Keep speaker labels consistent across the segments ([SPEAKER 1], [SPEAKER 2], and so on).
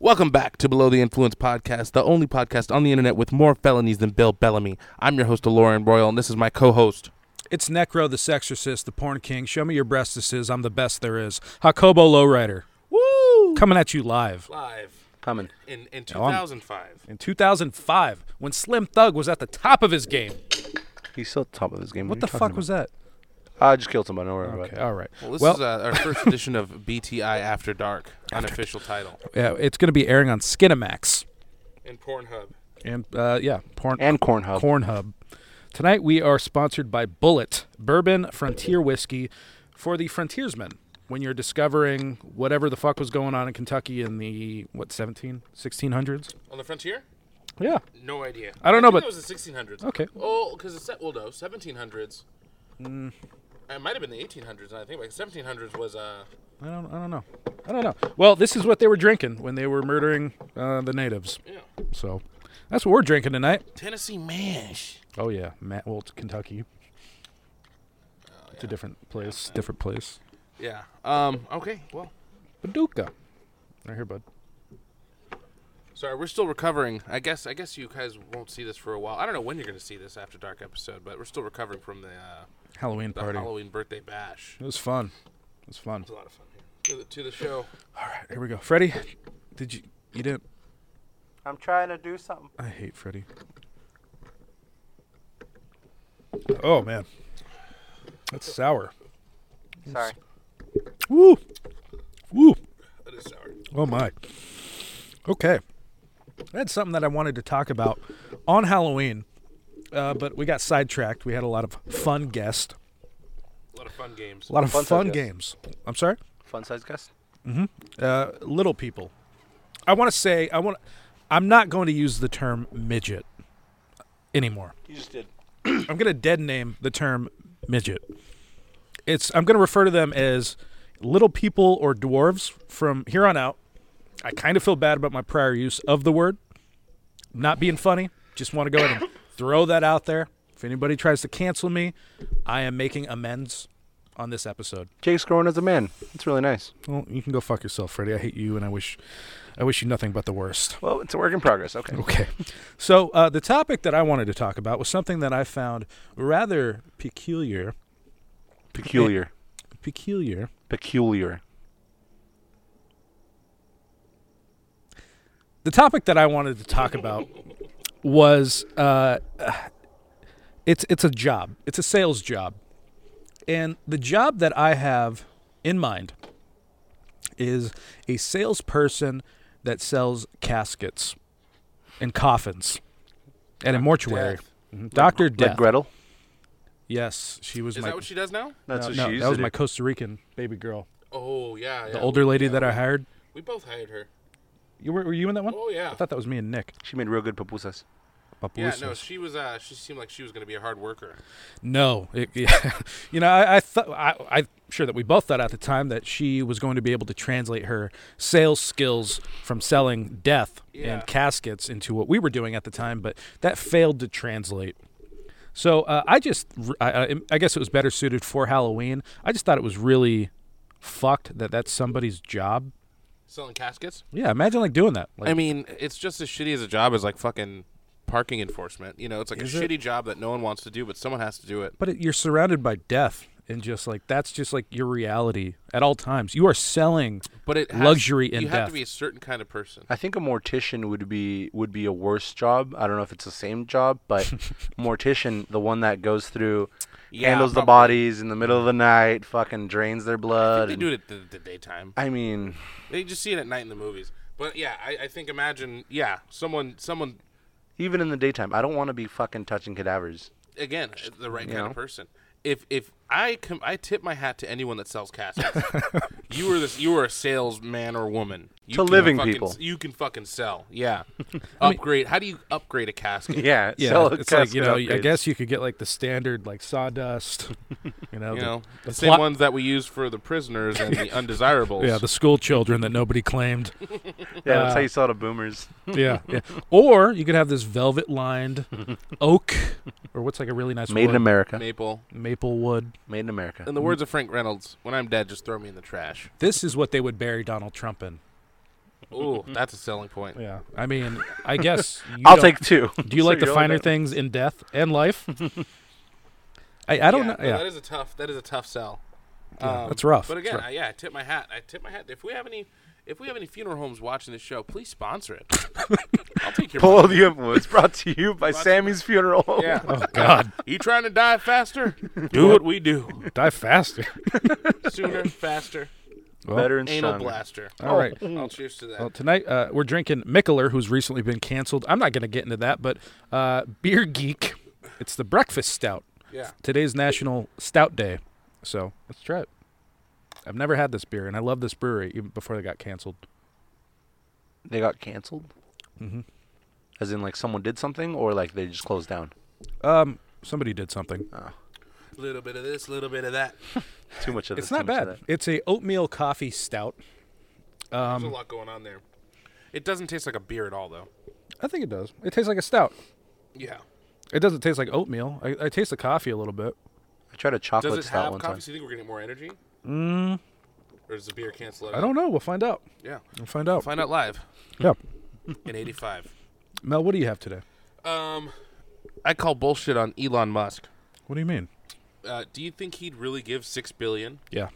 [SPEAKER 1] Welcome back to Below the Influence podcast, the only podcast on the internet with more felonies than Bill Bellamy. I'm your host, Lauren Royal, and this is my co-host.
[SPEAKER 2] It's Necro the Sexorcist, the Porn King. Show me your breastises. I'm the best there is. Jacobo Lowrider.
[SPEAKER 1] Woo!
[SPEAKER 2] Coming at you live.
[SPEAKER 1] Live
[SPEAKER 3] coming.
[SPEAKER 1] in in
[SPEAKER 2] I'm-
[SPEAKER 1] 2005.
[SPEAKER 2] In 2005, when Slim Thug was at the top of his game.
[SPEAKER 3] He's still top of his game.
[SPEAKER 2] What the fuck was that?
[SPEAKER 3] that? I just killed somebody. Don't worry
[SPEAKER 2] Okay,
[SPEAKER 3] about
[SPEAKER 2] all right.
[SPEAKER 1] Well, this
[SPEAKER 2] Well-
[SPEAKER 1] is uh, our first edition of BTI After Dark, unofficial title
[SPEAKER 2] Yeah, it's going to be airing on Skinamax.
[SPEAKER 1] in Pornhub.
[SPEAKER 2] And, uh, yeah, Porn
[SPEAKER 3] it. And Cornhub.
[SPEAKER 2] Corn Hub. Tonight we are sponsored by Bullet Bourbon Frontier Whiskey for the frontiersmen. When you're discovering whatever the fuck was going on in Kentucky in the what 17 1600s?
[SPEAKER 1] On the frontier?
[SPEAKER 2] Yeah.
[SPEAKER 1] No idea.
[SPEAKER 2] I don't know,
[SPEAKER 1] think
[SPEAKER 2] but-
[SPEAKER 1] it was the 1600s.
[SPEAKER 2] Okay.
[SPEAKER 1] Oh, because it's well, no, 1700s.
[SPEAKER 2] Mm.
[SPEAKER 1] It might have been the 1800s. I think like 1700s was uh.
[SPEAKER 2] I don't I don't know. I don't know. Well, this is what they were drinking when they were murdering uh, the natives.
[SPEAKER 1] Yeah.
[SPEAKER 2] So that's what we're drinking tonight.
[SPEAKER 1] Tennessee mash.
[SPEAKER 2] Oh yeah, Matt. Well, it's Kentucky. It's a different place. Different place.
[SPEAKER 1] Yeah. Um. Okay. Well.
[SPEAKER 2] Paducah. Right here, bud.
[SPEAKER 1] Sorry, we're still recovering. I guess I guess you guys won't see this for a while. I don't know when you're going to see this after dark episode, but we're still recovering from the, uh,
[SPEAKER 2] Halloween
[SPEAKER 1] the
[SPEAKER 2] party.
[SPEAKER 1] Halloween birthday bash.
[SPEAKER 2] It was fun. It was fun.
[SPEAKER 1] It's a lot of fun. Here. To, the, to the show.
[SPEAKER 2] All right, here we go. Freddie, did you? You didn't.
[SPEAKER 3] I'm trying to do something.
[SPEAKER 2] I hate Freddie. Oh man, that's sour.
[SPEAKER 3] Sorry.
[SPEAKER 2] Woo, woo.
[SPEAKER 1] That is sour.
[SPEAKER 2] Oh my. Okay, that's something that I wanted to talk about on Halloween, uh, but we got sidetracked. We had a lot of fun guests,
[SPEAKER 1] A lot of fun games.
[SPEAKER 2] a lot of
[SPEAKER 3] Fun
[SPEAKER 2] fun,
[SPEAKER 3] side guests.
[SPEAKER 2] games. I'm sorry,
[SPEAKER 3] Fun size guest.
[SPEAKER 2] uh, little people. I want to say I want. I'm not going to use the term midget anymore.
[SPEAKER 3] You just did.
[SPEAKER 2] I'm gonna dead name the term midget. It's I'm gonna refer to them as little people or dwarves from here on out. I kind of feel bad about my prior use of the word. Not being funny. Just want to go ahead and throw that out there. If anybody tries to cancel me, I am making amends on this episode.
[SPEAKER 3] Jake's growing as a man. It's really nice.
[SPEAKER 2] Well, you can go fuck yourself, Freddie. I hate you, and I wish, I wish you nothing but the worst.
[SPEAKER 3] Well, it's a work in progress. Okay.
[SPEAKER 2] Okay. So uh, the topic that I wanted to talk about was something that I found rather peculiar.
[SPEAKER 3] Peculiar.
[SPEAKER 2] Peculiar.
[SPEAKER 3] Peculiar.
[SPEAKER 2] The topic that I wanted to talk about was uh, it's it's a job. It's a sales job, and the job that I have in mind is a salesperson that sells caskets and coffins at a mortuary. Mm-hmm.
[SPEAKER 1] Death.
[SPEAKER 2] Doctor
[SPEAKER 3] Like
[SPEAKER 2] Death.
[SPEAKER 3] Gretel.
[SPEAKER 2] Yes, she was
[SPEAKER 1] Is
[SPEAKER 2] my.
[SPEAKER 1] that what she does now?
[SPEAKER 3] That's
[SPEAKER 2] no,
[SPEAKER 3] what
[SPEAKER 2] no,
[SPEAKER 3] she used
[SPEAKER 2] that was
[SPEAKER 3] to
[SPEAKER 2] my
[SPEAKER 3] do.
[SPEAKER 2] Costa Rican baby girl,
[SPEAKER 1] Oh yeah.
[SPEAKER 2] the older lady that I hired.
[SPEAKER 1] We both hired her.
[SPEAKER 2] You were, were you in that one?
[SPEAKER 1] Oh yeah.
[SPEAKER 2] I thought that was me and Nick.
[SPEAKER 3] She made real good pupusas.
[SPEAKER 1] yeah. No,
[SPEAKER 2] Papooses.
[SPEAKER 1] she was. Uh, she seemed like she was going to be a hard worker.
[SPEAKER 2] No, it, yeah. you know, I, I thought I, I'm sure that we both thought at the time that she was going to be able to translate her sales skills from selling death
[SPEAKER 1] Yeah.
[SPEAKER 2] and caskets into what we were doing at the time, but that failed to translate. So uh, I just, I, I, I guess it was better suited for Halloween. I just thought it was really fucked that that's somebody's job.
[SPEAKER 1] Selling caskets.
[SPEAKER 2] Yeah, imagine like doing that. Like,
[SPEAKER 1] I mean, it's just as shitty as a job as like fucking parking enforcement. You know, it's like
[SPEAKER 2] Is
[SPEAKER 1] a
[SPEAKER 2] it?
[SPEAKER 1] shitty job that no one wants to do, but someone has to do it.
[SPEAKER 2] but it, you're surrounded by death. And just like that's just like your reality at all times. You are selling
[SPEAKER 1] But it has,
[SPEAKER 2] luxury
[SPEAKER 1] You
[SPEAKER 2] and
[SPEAKER 1] have
[SPEAKER 2] death.
[SPEAKER 1] to be a certain kind of person.
[SPEAKER 3] I think a mortician would be would be a worse job. I don't know if it's the same job, but mortician, the one that goes through,
[SPEAKER 1] Yeah,
[SPEAKER 3] handles the
[SPEAKER 1] probably.
[SPEAKER 3] bodies in the middle of the night, fucking drains their
[SPEAKER 1] I
[SPEAKER 3] blood.
[SPEAKER 1] think
[SPEAKER 3] and-
[SPEAKER 1] they do it at the, the daytime.
[SPEAKER 3] I mean,
[SPEAKER 1] They just see it at night in the movies. But yeah, I, I think imagine yeah someone someone
[SPEAKER 3] even in the daytime, I don't want to be fucking touching cadavers.
[SPEAKER 1] again the right
[SPEAKER 3] You
[SPEAKER 1] kind
[SPEAKER 3] know?
[SPEAKER 1] of person. If if I com- I tip my hat to anyone that sells caskets. you were this you were a salesman or woman. You
[SPEAKER 3] To
[SPEAKER 1] can
[SPEAKER 3] living
[SPEAKER 1] fucking-
[SPEAKER 3] people.
[SPEAKER 1] You can fucking sell. Yeah. upgrade. How do you upgrade a casket?
[SPEAKER 3] Yeah,
[SPEAKER 2] Yeah,
[SPEAKER 3] sell
[SPEAKER 2] it's like you know.
[SPEAKER 3] casket
[SPEAKER 2] I
[SPEAKER 3] upgrades.
[SPEAKER 2] guess you could get like the standard like sawdust, you know,
[SPEAKER 1] You
[SPEAKER 2] the,
[SPEAKER 1] know, the,
[SPEAKER 2] the
[SPEAKER 1] same
[SPEAKER 2] plot-
[SPEAKER 1] ones that we use for the prisoners and the undesirables.
[SPEAKER 2] yeah, the school children that nobody claimed.
[SPEAKER 3] Yeah, that's
[SPEAKER 2] uh,
[SPEAKER 3] how you sell to boomers.
[SPEAKER 2] yeah, yeah. Or you could have this velvet lined oak, or what's like a really nice
[SPEAKER 3] Made
[SPEAKER 2] wood?
[SPEAKER 3] in America.
[SPEAKER 1] maple.
[SPEAKER 2] maple wood.
[SPEAKER 3] Made in America.
[SPEAKER 1] In the words of Frank Reynolds, when I'm dead, just throw me in the trash.
[SPEAKER 2] This is what they would bury Donald Trump in.
[SPEAKER 1] Ooh, that's a selling point.
[SPEAKER 2] Yeah. I mean, I guess. You
[SPEAKER 3] I'll
[SPEAKER 2] don't-
[SPEAKER 3] take two.
[SPEAKER 2] Do you
[SPEAKER 3] So
[SPEAKER 2] like the
[SPEAKER 3] you're
[SPEAKER 2] finer
[SPEAKER 3] that-
[SPEAKER 2] things in death and life? I, I don't know.
[SPEAKER 1] no,
[SPEAKER 2] Yeah.
[SPEAKER 1] that is a tough. That is a tough sell.
[SPEAKER 2] Yeah,
[SPEAKER 1] Um,
[SPEAKER 2] that's rough.
[SPEAKER 1] But
[SPEAKER 2] That's
[SPEAKER 1] again,
[SPEAKER 2] rough.
[SPEAKER 1] I, yeah, I tip my hat. I tip my hat. If we have any, if we have any funeral homes watching this show, please sponsor it. I'll take your
[SPEAKER 3] Pull
[SPEAKER 1] money.
[SPEAKER 3] the envelope. It's brought to you by Sammy's Funeral. Home.
[SPEAKER 1] Yeah.
[SPEAKER 2] oh God,
[SPEAKER 1] You trying to die faster? Do what we do.
[SPEAKER 2] die faster.
[SPEAKER 1] Sooner, faster.
[SPEAKER 2] Well,
[SPEAKER 3] Better and
[SPEAKER 1] Anal
[SPEAKER 3] stronger.
[SPEAKER 1] blaster.
[SPEAKER 2] All right.
[SPEAKER 1] I'll cheers to that.
[SPEAKER 2] Well, tonight uh, we're drinking Mickler, who's recently been canceled. I'm not going to get into that, but uh, Beer Geek, it's the breakfast stout.
[SPEAKER 1] Yeah.
[SPEAKER 2] Today's National Stout Day, so let's try it. I've never had this beer, and I love this brewery even before they got canceled.
[SPEAKER 3] They got canceled. Mm-hmm. As in, like someone did something, or like they just closed down.
[SPEAKER 2] Um, somebody did something.
[SPEAKER 1] Little bit of this, little bit of that.
[SPEAKER 3] Too much of this.
[SPEAKER 2] it's not
[SPEAKER 3] too much of
[SPEAKER 2] bad.
[SPEAKER 3] that.
[SPEAKER 2] It's a oatmeal coffee stout.
[SPEAKER 1] There's
[SPEAKER 2] Um,
[SPEAKER 1] a lot going on there. It doesn't taste like a beer at all, though.
[SPEAKER 2] I think it does. It tastes like a stout.
[SPEAKER 1] Yeah.
[SPEAKER 2] It doesn't taste like oatmeal. I, I taste the coffee a little bit.
[SPEAKER 3] I tried a
[SPEAKER 1] Does
[SPEAKER 3] chocolate
[SPEAKER 1] it
[SPEAKER 3] stout
[SPEAKER 1] have
[SPEAKER 3] one
[SPEAKER 1] coffee?
[SPEAKER 3] time.
[SPEAKER 1] So you think we're getting more energy? Mm. Or does the beer cancel it?
[SPEAKER 2] I
[SPEAKER 1] out?
[SPEAKER 2] don't know. We'll find out.
[SPEAKER 1] Yeah.
[SPEAKER 2] We'll find out.
[SPEAKER 1] Find out live
[SPEAKER 2] Yeah.
[SPEAKER 1] in '85.
[SPEAKER 2] Mel, what do you have today?
[SPEAKER 1] Um, I call bullshit on Elon Musk.
[SPEAKER 2] What do you mean?
[SPEAKER 1] Uh, do you think he'd really give six billion
[SPEAKER 2] Yeah.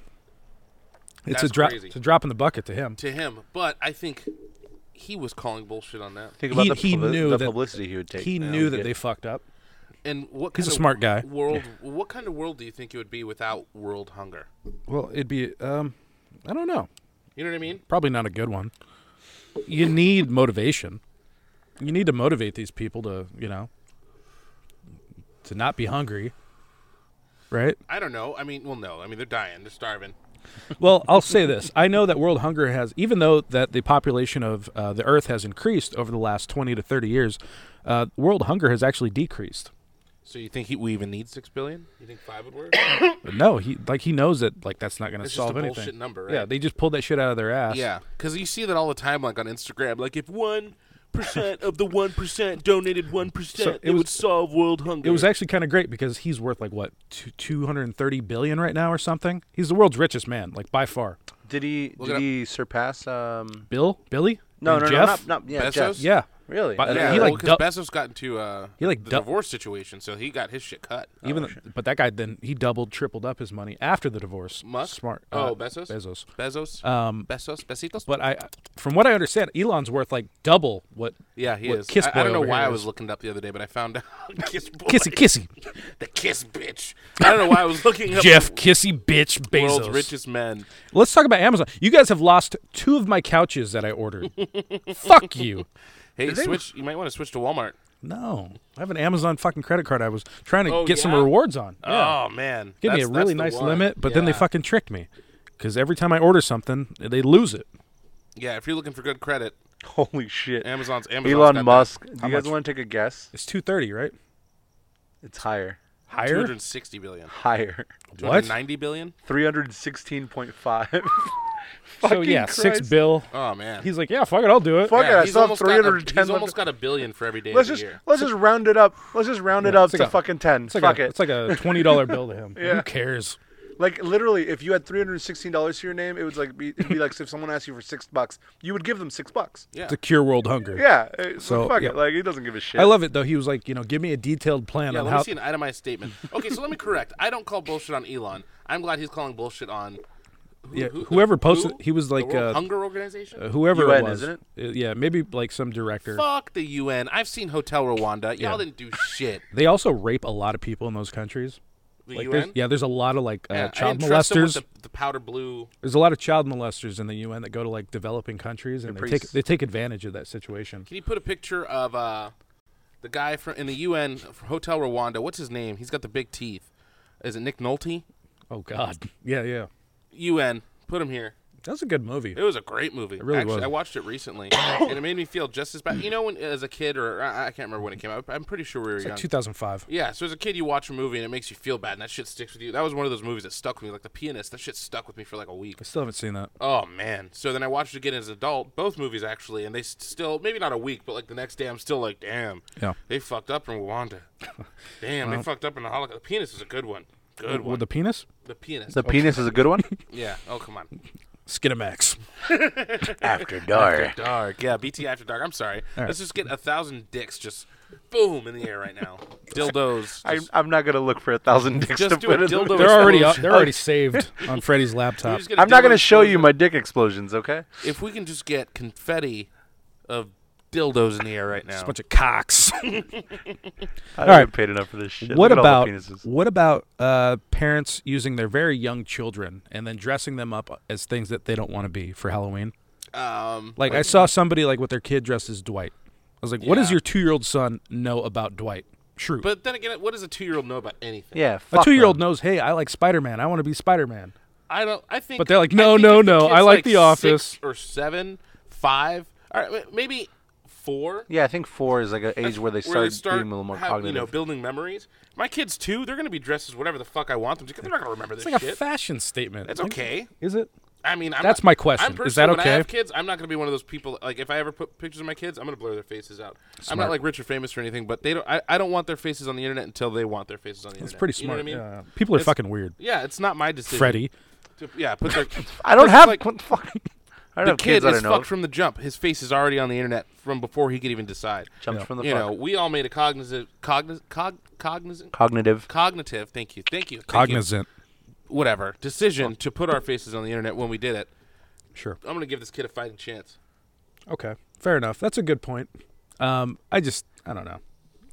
[SPEAKER 2] It's
[SPEAKER 1] That's
[SPEAKER 2] a drop.
[SPEAKER 1] crazy.
[SPEAKER 2] It's a drop in the bucket to him.
[SPEAKER 1] to him? But I think he was calling bullshit on that.
[SPEAKER 3] Think about
[SPEAKER 2] He-
[SPEAKER 3] the,
[SPEAKER 2] he
[SPEAKER 3] publi-
[SPEAKER 2] knew
[SPEAKER 3] the
[SPEAKER 2] that-
[SPEAKER 3] publicity he would take.
[SPEAKER 2] He
[SPEAKER 3] Yeah,
[SPEAKER 2] knew
[SPEAKER 3] we
[SPEAKER 2] that
[SPEAKER 3] get-
[SPEAKER 2] they fucked up.
[SPEAKER 1] And what
[SPEAKER 2] He's
[SPEAKER 1] kind
[SPEAKER 2] a
[SPEAKER 1] of
[SPEAKER 2] smart guy.
[SPEAKER 1] World. What kind of world do you think it would be without world hunger?
[SPEAKER 2] Well, it'd be. Um, I don't know.
[SPEAKER 1] You know what I mean?
[SPEAKER 2] Probably not a good one. You need motivation. You need to motivate these people to, you know, to not be hungry. Right.
[SPEAKER 1] I don't know. I mean, well, no. I mean, they're dying. They're starving.
[SPEAKER 2] Well, I'll say this. I know that world hunger has, even though that the population of uh, the Earth has increased over the last 20 to 30 years, uh, world hunger has actually decreased.
[SPEAKER 1] So you think he, we even need six billion? You think five would work?
[SPEAKER 2] But no, he like he knows that like that's not going to
[SPEAKER 1] It's just
[SPEAKER 2] solve
[SPEAKER 1] a
[SPEAKER 2] anything.
[SPEAKER 1] bullshit number,
[SPEAKER 2] Yeah,
[SPEAKER 1] right?
[SPEAKER 2] they just pulled that shit out of their ass.
[SPEAKER 1] yeah, because you see that all the time, like on Instagram. Like if one percent of the one percent donated one
[SPEAKER 2] So
[SPEAKER 1] percent,
[SPEAKER 2] it
[SPEAKER 1] it, would
[SPEAKER 2] was-
[SPEAKER 1] solve world hunger.
[SPEAKER 2] It was actually kind of great because he's worth like what two, 230 billion right now or something. He's the world's richest man, like by far.
[SPEAKER 3] Did he?
[SPEAKER 1] it
[SPEAKER 3] Did
[SPEAKER 1] up.
[SPEAKER 3] he surpass? Um.
[SPEAKER 2] Bill, Billy,
[SPEAKER 3] No,
[SPEAKER 2] And
[SPEAKER 3] no,
[SPEAKER 2] Jeff?
[SPEAKER 3] no, not, not yeah,
[SPEAKER 1] Bezos?
[SPEAKER 3] Jeff.
[SPEAKER 2] Yeah.
[SPEAKER 3] Really?
[SPEAKER 2] But-
[SPEAKER 3] I didn't
[SPEAKER 1] Yeah,
[SPEAKER 2] he,
[SPEAKER 3] know
[SPEAKER 2] like,
[SPEAKER 1] well, 'cause
[SPEAKER 2] dou-
[SPEAKER 1] Bezos got into uh,
[SPEAKER 2] he, like,
[SPEAKER 1] the
[SPEAKER 2] dou-
[SPEAKER 1] divorce situation, so he got his shit cut. Uh,
[SPEAKER 2] Even th- but that guy then he doubled, tripled up his money after the divorce.
[SPEAKER 1] Musk?
[SPEAKER 2] Smart. Uh,
[SPEAKER 1] Oh, Bezos?
[SPEAKER 2] Bezos.
[SPEAKER 1] Bezos,
[SPEAKER 2] Um,
[SPEAKER 1] Bezos, Besitos.
[SPEAKER 2] But I, from what I understand, Elon's worth like double what.
[SPEAKER 1] yeah, he
[SPEAKER 2] what
[SPEAKER 1] is.
[SPEAKER 2] Kiss
[SPEAKER 1] I, I
[SPEAKER 2] Boy
[SPEAKER 1] don't know
[SPEAKER 2] over
[SPEAKER 1] why
[SPEAKER 2] here
[SPEAKER 1] I was
[SPEAKER 2] is.
[SPEAKER 1] looking it up the other day, but I found out Kiss Boy,
[SPEAKER 2] Kissy, kissy,
[SPEAKER 1] the Kiss bitch. I don't know why I was looking up
[SPEAKER 2] Jeff, kissy, bitch, Bezos.
[SPEAKER 1] world's richest men.
[SPEAKER 2] Let's talk about Amazon. You guys have lost two of my couches that I ordered. Fuck you.
[SPEAKER 1] Hey,
[SPEAKER 3] they-
[SPEAKER 1] switch. You might want to switch to Walmart.
[SPEAKER 2] No, I have an Amazon fucking credit card. I was trying to
[SPEAKER 1] Oh,
[SPEAKER 2] get some
[SPEAKER 1] yeah?
[SPEAKER 2] rewards on. Yeah.
[SPEAKER 1] Oh man,
[SPEAKER 2] Give me a
[SPEAKER 1] That's-
[SPEAKER 2] really
[SPEAKER 1] that's the
[SPEAKER 2] nice
[SPEAKER 1] one.
[SPEAKER 2] limit, but then they
[SPEAKER 1] Yeah.
[SPEAKER 2] fucking tricked me. Because every time I order something, they lose it.
[SPEAKER 1] Yeah, if you're looking for good credit,
[SPEAKER 3] Holy shit!
[SPEAKER 1] Amazon's Amazon.
[SPEAKER 3] Elon Musk. Do
[SPEAKER 2] How
[SPEAKER 3] you guys
[SPEAKER 2] much?
[SPEAKER 3] want to take a guess?
[SPEAKER 2] It's two thirty, right?
[SPEAKER 3] It's higher.
[SPEAKER 1] Two
[SPEAKER 2] Higher.
[SPEAKER 1] hundred sixty billion.
[SPEAKER 3] Higher.
[SPEAKER 2] What?
[SPEAKER 1] 290 billion?
[SPEAKER 3] Three hundred sixteen point five.
[SPEAKER 2] So
[SPEAKER 3] Fucking
[SPEAKER 2] yeah, six
[SPEAKER 3] Christ.
[SPEAKER 2] bill.
[SPEAKER 1] Oh man.
[SPEAKER 2] He's like, yeah, fuck it, I'll do it.
[SPEAKER 3] Fuck it, I
[SPEAKER 1] he's
[SPEAKER 3] still have
[SPEAKER 1] almost got a-
[SPEAKER 3] 310
[SPEAKER 1] He's
[SPEAKER 3] left.
[SPEAKER 1] almost got a billion for every day
[SPEAKER 3] Let's
[SPEAKER 1] of
[SPEAKER 3] just
[SPEAKER 1] the year.
[SPEAKER 3] let's just round it up. Let's just round it up
[SPEAKER 2] it's
[SPEAKER 3] to
[SPEAKER 2] like a-
[SPEAKER 3] fucking ten.
[SPEAKER 2] It's like
[SPEAKER 3] Fuck
[SPEAKER 2] a,
[SPEAKER 3] it.
[SPEAKER 2] It's like a twenty dollar bill to him.
[SPEAKER 3] Yeah.
[SPEAKER 2] Who cares?
[SPEAKER 3] Like literally, if you had three hundred sixteen dollars to your name, it would like be it'd be like if someone asked you for six bucks, you would give them six bucks.
[SPEAKER 1] yeah.
[SPEAKER 2] To cure world hunger.
[SPEAKER 3] Yeah. eh, So,
[SPEAKER 2] So,
[SPEAKER 3] fuck
[SPEAKER 2] yeah.
[SPEAKER 3] it. Like he doesn't give a shit.
[SPEAKER 2] I love it though. He was like, you know, give me a detailed plan
[SPEAKER 1] Yeah,
[SPEAKER 2] on
[SPEAKER 1] let
[SPEAKER 2] how.
[SPEAKER 1] me see an itemized statement. Okay, so let me correct. I don't call bullshit on Elon. I'm glad he's calling bullshit on. Who,
[SPEAKER 2] Yeah, whoever posted- he was
[SPEAKER 1] The
[SPEAKER 2] like,
[SPEAKER 1] World
[SPEAKER 2] uh,
[SPEAKER 1] Hunger Organization.
[SPEAKER 2] uh, whoever
[SPEAKER 3] UN,
[SPEAKER 2] it was,
[SPEAKER 3] isn't
[SPEAKER 2] Uh, yeah, maybe like some director.
[SPEAKER 1] Fuck the UN. I've seen Hotel Rwanda. Y'all
[SPEAKER 2] Yeah.
[SPEAKER 1] didn't do shit.
[SPEAKER 2] They also rape a lot of people in those countries.
[SPEAKER 1] The
[SPEAKER 2] Like, there's,
[SPEAKER 1] UN.
[SPEAKER 2] yeah, there's a lot of like uh,
[SPEAKER 1] Yeah, I
[SPEAKER 2] child
[SPEAKER 1] didn't trust them
[SPEAKER 2] molesters.
[SPEAKER 1] with The, the powder blue.
[SPEAKER 2] There's a lot of child molesters in the UN that go to like developing countries and they
[SPEAKER 3] pretty
[SPEAKER 2] take
[SPEAKER 3] s-
[SPEAKER 2] they take advantage of that situation.
[SPEAKER 1] Can you put a picture of uh, the guy from in the UN from Hotel Rwanda? What's his name? He's got the big teeth. Is it Nick Nolte?
[SPEAKER 2] Oh God, yeah, yeah,
[SPEAKER 1] UN. Put him here.
[SPEAKER 2] that's a good movie.
[SPEAKER 1] It was a great movie. It
[SPEAKER 2] really
[SPEAKER 1] Actually,
[SPEAKER 2] was.
[SPEAKER 1] I watched it recently, and it made me feel just as bad. You know, when as a kid, or I, I can't remember when it came out. I'm pretty sure we were young.
[SPEAKER 2] 2005.
[SPEAKER 1] yeah, so as a kid, you watch a movie and it makes you feel bad, and that shit sticks with you. That was one of those movies that stuck with me, like The Pianist. That shit stuck with me for like a week.
[SPEAKER 2] I still haven't seen that.
[SPEAKER 1] Oh man! So then I watched it again as an adult, both movies actually, and they s- still maybe not a week, but like the next day, I'm still like, damn,
[SPEAKER 2] Yeah.
[SPEAKER 1] they fucked up in Rwanda. Damn, they fucked up in the Holocaust. The Pianist is a good one. Good
[SPEAKER 2] With
[SPEAKER 1] one.
[SPEAKER 2] the penis.
[SPEAKER 1] The Pianist.
[SPEAKER 3] penis is a good one.
[SPEAKER 1] yeah. Oh come on.
[SPEAKER 2] Skinamax.
[SPEAKER 3] After dark.
[SPEAKER 1] Dark. Yeah, BT After Dark. I'm sorry. Let's just get a thousand dicks just boom in the air right now. Dildos.
[SPEAKER 3] I,
[SPEAKER 1] just-
[SPEAKER 3] I'm not gonna look for a thousand dicks
[SPEAKER 1] Just
[SPEAKER 3] to
[SPEAKER 1] do
[SPEAKER 3] put
[SPEAKER 1] a
[SPEAKER 3] in the-
[SPEAKER 1] dildo
[SPEAKER 2] They're already up,
[SPEAKER 1] explosion.
[SPEAKER 2] they're already saved on Freddy's laptop.
[SPEAKER 1] Just get a
[SPEAKER 3] I'm not
[SPEAKER 1] dildo
[SPEAKER 3] gonna show you
[SPEAKER 1] explosion.
[SPEAKER 3] my dick explosions, okay?
[SPEAKER 1] If we can just get confetti of dildos in the air right now.
[SPEAKER 2] bunch of cocks.
[SPEAKER 3] I
[SPEAKER 2] All
[SPEAKER 3] don't
[SPEAKER 2] right.
[SPEAKER 3] get paid enough for this shit.
[SPEAKER 2] what
[SPEAKER 3] Look at all
[SPEAKER 2] about
[SPEAKER 3] the penises.
[SPEAKER 2] what about uh, parents using their very young children and then dressing them up as things that they don't want to be for Halloween?
[SPEAKER 1] Um,
[SPEAKER 2] Like I saw somebody like with their kid dressed as Dwight. I was like, what does
[SPEAKER 1] Yeah.
[SPEAKER 2] your two year old son know about Dwight? Shrew.
[SPEAKER 1] but then again, what does a two-year-old know about anything?
[SPEAKER 3] Yeah,
[SPEAKER 2] a
[SPEAKER 3] fuck
[SPEAKER 2] two year old
[SPEAKER 3] them.
[SPEAKER 2] knows, hey, I like Spider Man. I want to be Spider Man.
[SPEAKER 1] I don't. I think.
[SPEAKER 2] But they're like,
[SPEAKER 1] I
[SPEAKER 2] no,
[SPEAKER 1] think
[SPEAKER 2] no,
[SPEAKER 1] if the
[SPEAKER 2] no,
[SPEAKER 1] kid's
[SPEAKER 2] I like
[SPEAKER 1] like
[SPEAKER 2] The
[SPEAKER 1] six
[SPEAKER 2] Office.
[SPEAKER 1] or seven, five. All right, ma- maybe four.
[SPEAKER 3] Yeah, I think four is like an age where they start,
[SPEAKER 1] Where
[SPEAKER 3] being a little more
[SPEAKER 1] have-
[SPEAKER 3] cognitive.
[SPEAKER 1] you know, building memories. My kids too. They're gonna be dressed as whatever the fuck I want them to. 'cause They're not gonna remember this
[SPEAKER 2] It's like a
[SPEAKER 1] shit.
[SPEAKER 2] fashion statement.
[SPEAKER 1] That's
[SPEAKER 2] Like,
[SPEAKER 1] okay.
[SPEAKER 2] Is it?
[SPEAKER 1] I mean, I'm not-
[SPEAKER 2] That's my question.
[SPEAKER 1] I'm
[SPEAKER 2] Is that
[SPEAKER 1] personally- When I
[SPEAKER 2] okay?
[SPEAKER 1] have kids, I'm not going to be one of those people. Like, if I ever put pictures of my kids, I'm going to blur their faces out. I'm
[SPEAKER 2] Smart.
[SPEAKER 1] not like rich or famous or anything, but they don't. I, I don't want their faces on the internet until they want their faces on the
[SPEAKER 2] It's
[SPEAKER 1] internet.
[SPEAKER 2] pretty
[SPEAKER 1] You know
[SPEAKER 2] smart.
[SPEAKER 1] what I mean?
[SPEAKER 2] yeah. People are
[SPEAKER 1] It's-
[SPEAKER 2] fucking weird.
[SPEAKER 1] Yeah, it's not my decision.
[SPEAKER 2] Freddy.
[SPEAKER 1] To, yeah, put their.
[SPEAKER 3] I don't
[SPEAKER 1] It's
[SPEAKER 3] have
[SPEAKER 1] like-
[SPEAKER 3] what the fuck. I don't
[SPEAKER 1] the
[SPEAKER 3] have
[SPEAKER 1] kid
[SPEAKER 3] kids. I
[SPEAKER 1] is
[SPEAKER 3] don't know.
[SPEAKER 1] fucked from the jump. His face is already on the internet from before he could even decide.
[SPEAKER 3] Jumps from the
[SPEAKER 1] you
[SPEAKER 3] fuck.
[SPEAKER 1] know, we all made a cognitive, cognitive, cog, cognizant,
[SPEAKER 3] Cognitive.
[SPEAKER 1] cognitive. Thank you, thank you, thank
[SPEAKER 2] Cognizant.
[SPEAKER 1] you, whatever decision to put our faces on the internet when we did it.
[SPEAKER 2] Sure.
[SPEAKER 1] I'm gonna give this kid a fighting chance.
[SPEAKER 2] Okay, fair enough. That's a good point. Um, I just, I don't know.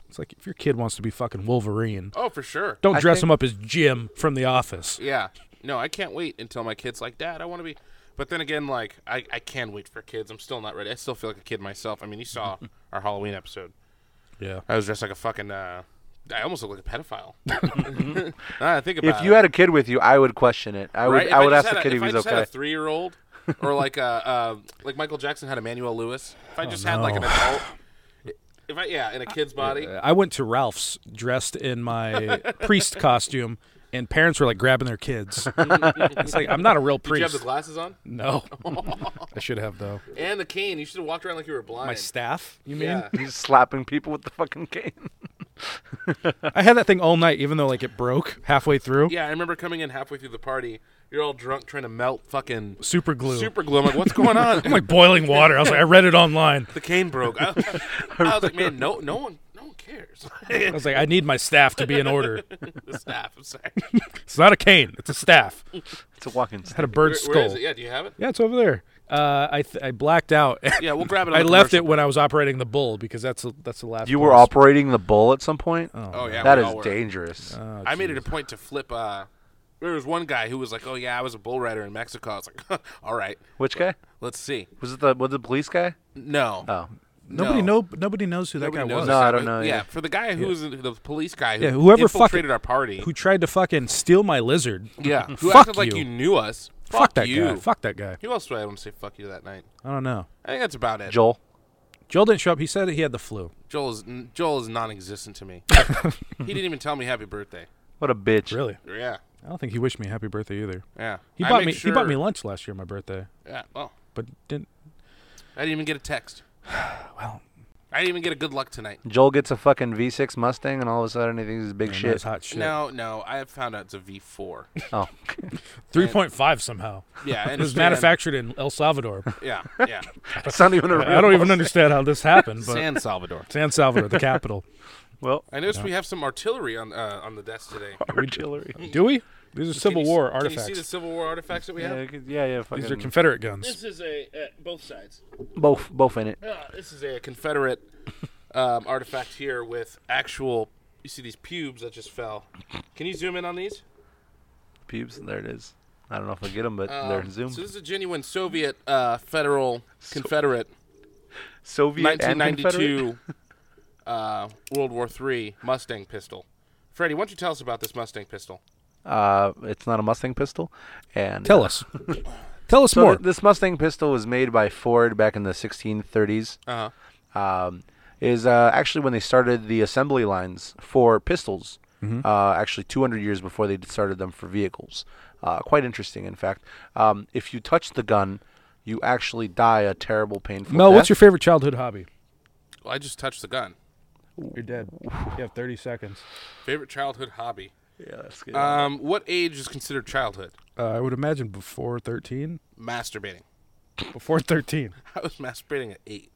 [SPEAKER 2] It's like if your kid wants to be fucking Wolverine,
[SPEAKER 1] Oh, for sure.
[SPEAKER 2] don't
[SPEAKER 3] I
[SPEAKER 2] dress
[SPEAKER 3] think-
[SPEAKER 2] him up as Jim from The Office.
[SPEAKER 1] Yeah. No, I can't wait until my kid's like, Dad, I want to be. But then again, like, I, I can wait for kids. I'm still not ready. I still feel like a kid myself. I mean, you saw our Halloween episode.
[SPEAKER 2] Yeah.
[SPEAKER 1] I was dressed like a fucking. Uh, I almost look like a pedophile. Now that I think about
[SPEAKER 3] If
[SPEAKER 1] it.
[SPEAKER 3] you had a kid with you, I would question it. I would.
[SPEAKER 1] right? If
[SPEAKER 3] I would
[SPEAKER 1] just
[SPEAKER 3] ask the
[SPEAKER 1] had
[SPEAKER 3] kid
[SPEAKER 1] a,
[SPEAKER 3] if
[SPEAKER 1] I
[SPEAKER 3] he's
[SPEAKER 1] just had
[SPEAKER 3] okay.
[SPEAKER 1] a three-year-old, or like a uh, like Michael Jackson had Emmanuel Lewis. If I
[SPEAKER 3] Oh,
[SPEAKER 1] just had like an
[SPEAKER 2] no.
[SPEAKER 1] adult, if I yeah, in a kid's body.
[SPEAKER 2] I went to Ralph's dressed in my priest costume, and parents were like grabbing their kids. it's like I'm not a real
[SPEAKER 1] Did you have
[SPEAKER 2] priest.
[SPEAKER 1] the glasses on
[SPEAKER 2] no, I should have though.
[SPEAKER 1] and the cane? You should have walked around like you were blind.
[SPEAKER 2] My staff, you mean?
[SPEAKER 1] yeah.
[SPEAKER 3] He's slapping people with the fucking cane.
[SPEAKER 2] I had that thing all night, even though like it broke halfway through.
[SPEAKER 1] Yeah, I remember coming in halfway through the party. You're all drunk, trying to melt fucking
[SPEAKER 2] Super glue. Oh
[SPEAKER 1] super glue. I'm like, what's going on?
[SPEAKER 2] I'm like boiling water. I was like, I read it online.
[SPEAKER 1] the cane broke. I, I was like, man, no, no one, no one cares.
[SPEAKER 2] I was like, I need my staff to be in order.
[SPEAKER 1] the staff. I'm sorry.
[SPEAKER 2] It's not a cane. It's a staff.
[SPEAKER 3] It's a walking stick.
[SPEAKER 2] Had a bird
[SPEAKER 1] Where-
[SPEAKER 2] skull.
[SPEAKER 1] where is it? Yeah, do you have it?
[SPEAKER 2] Yeah, it's over there. Uh, I th- I blacked out.
[SPEAKER 1] Yeah, we'll grab it. On
[SPEAKER 2] I
[SPEAKER 1] the
[SPEAKER 2] left
[SPEAKER 1] commercial.
[SPEAKER 2] it when I was operating the bull because that's a, that's the last.
[SPEAKER 3] You were
[SPEAKER 2] place.
[SPEAKER 3] operating the bull at some point.
[SPEAKER 1] Oh yeah,
[SPEAKER 3] that
[SPEAKER 1] we
[SPEAKER 3] is
[SPEAKER 1] all were.
[SPEAKER 3] dangerous.
[SPEAKER 1] I made it a point to flip. Uh, there was one guy who was like, "Oh yeah, I was a bull rider in Mexico." I was like, "All right,
[SPEAKER 3] Which guy?
[SPEAKER 1] let's see."
[SPEAKER 3] Was it the was it the police guy?
[SPEAKER 1] No,
[SPEAKER 3] Oh,
[SPEAKER 2] Nobody
[SPEAKER 1] No.
[SPEAKER 2] know nobody knows who that
[SPEAKER 1] Nobody
[SPEAKER 2] guy
[SPEAKER 1] knows
[SPEAKER 2] was.
[SPEAKER 3] No,
[SPEAKER 1] this
[SPEAKER 3] I
[SPEAKER 1] guy,
[SPEAKER 3] don't
[SPEAKER 1] but
[SPEAKER 3] know,
[SPEAKER 1] Yeah,
[SPEAKER 3] yeah.
[SPEAKER 1] for the guy who was the police guy who
[SPEAKER 2] Yeah, whoever fucking-
[SPEAKER 1] infiltrated our party.
[SPEAKER 2] Who tried to fucking steal my lizard?
[SPEAKER 1] yeah, who
[SPEAKER 2] Fuck
[SPEAKER 1] acted like
[SPEAKER 2] you.
[SPEAKER 1] you knew us.
[SPEAKER 2] Fuck, that
[SPEAKER 1] you.
[SPEAKER 2] guy. Fuck that guy.
[SPEAKER 1] Who else do I want to say fuck you that night?
[SPEAKER 2] I don't know.
[SPEAKER 1] I think that's about it.
[SPEAKER 3] Joel.
[SPEAKER 2] Joel didn't show up. He said that he had the flu.
[SPEAKER 1] Joel is Joel is non-existent to me. he didn't even tell me happy birthday.
[SPEAKER 3] What a bitch.
[SPEAKER 2] Really?
[SPEAKER 1] Yeah,
[SPEAKER 2] I don't think he wished me a happy birthday either.
[SPEAKER 1] yeah.
[SPEAKER 2] He
[SPEAKER 1] I
[SPEAKER 2] bought
[SPEAKER 1] make
[SPEAKER 2] me
[SPEAKER 1] sure-
[SPEAKER 2] he bought me lunch last year on my birthday,
[SPEAKER 1] Yeah, well,
[SPEAKER 2] but didn't.
[SPEAKER 1] I didn't even get a text.
[SPEAKER 2] Well,
[SPEAKER 1] I didn't even get a good luck tonight.
[SPEAKER 3] Joel gets a fucking V6 Mustang, and all of a sudden he thinks he's big
[SPEAKER 2] shit.
[SPEAKER 3] shit.
[SPEAKER 2] hot shit.
[SPEAKER 1] No, no. I have found out it's a V4.
[SPEAKER 3] Oh,
[SPEAKER 2] Three point five somehow.
[SPEAKER 1] Yeah, I
[SPEAKER 2] It was
[SPEAKER 1] understand.
[SPEAKER 2] manufactured in El Salvador.
[SPEAKER 1] Yeah, yeah.
[SPEAKER 3] it's not even a real.
[SPEAKER 2] I don't even understand how this happened, but
[SPEAKER 1] San Salvador.
[SPEAKER 2] San Salvador, the capital.
[SPEAKER 3] Well,
[SPEAKER 1] I noticed we have some artillery on uh, on the desk today. Can
[SPEAKER 3] artillery.
[SPEAKER 2] Do we? These are Civil
[SPEAKER 1] you s-
[SPEAKER 2] War
[SPEAKER 1] Can you see the
[SPEAKER 2] artifacts.
[SPEAKER 1] Civil War artifacts that we have?
[SPEAKER 3] Yeah, yeah, yeah. Fucking
[SPEAKER 2] These are Confederate guns.
[SPEAKER 1] This is a uh, both sides.
[SPEAKER 3] both both in it.
[SPEAKER 1] Uh, this is a Confederate um, artifact here with actual. You see these pubes that just fell. Can you zoom in on these?
[SPEAKER 3] Pubes. There it is. I don't know if I get them, but
[SPEAKER 1] Um,
[SPEAKER 3] they're zoomed.
[SPEAKER 1] So this is a genuine Soviet uh, federal Confederate
[SPEAKER 3] Soviet and Confederate.
[SPEAKER 1] 1992 uh, World War III Mustang pistol. Freddie, why don't you tell us about this Mustang pistol?
[SPEAKER 3] Uh, it's not a Mustang pistol, and
[SPEAKER 2] Tell us. Tell us
[SPEAKER 3] So
[SPEAKER 2] more.
[SPEAKER 3] th- this Mustang pistol was made by Ford back in the 1630s.
[SPEAKER 1] Uh-huh.
[SPEAKER 3] Um, is uh, actually when they started the assembly lines for pistols.
[SPEAKER 2] Mm-hmm.
[SPEAKER 3] Uh, actually, 200 years before they started them for vehicles. Uh, quite interesting, in fact. Um, if you touch the gun, you actually die a terrible, painful.
[SPEAKER 2] Mel, what's your
[SPEAKER 3] death.
[SPEAKER 2] favorite childhood hobby?
[SPEAKER 1] Well, I just touched the gun.
[SPEAKER 2] You're dead. You have 30 seconds.
[SPEAKER 1] Favorite childhood hobby?
[SPEAKER 3] Yeah, that's good.
[SPEAKER 1] Um, what age is considered childhood?
[SPEAKER 2] uh, I would imagine before 13.
[SPEAKER 1] Masturbating.
[SPEAKER 2] Before 13.
[SPEAKER 1] I was masturbating at eight.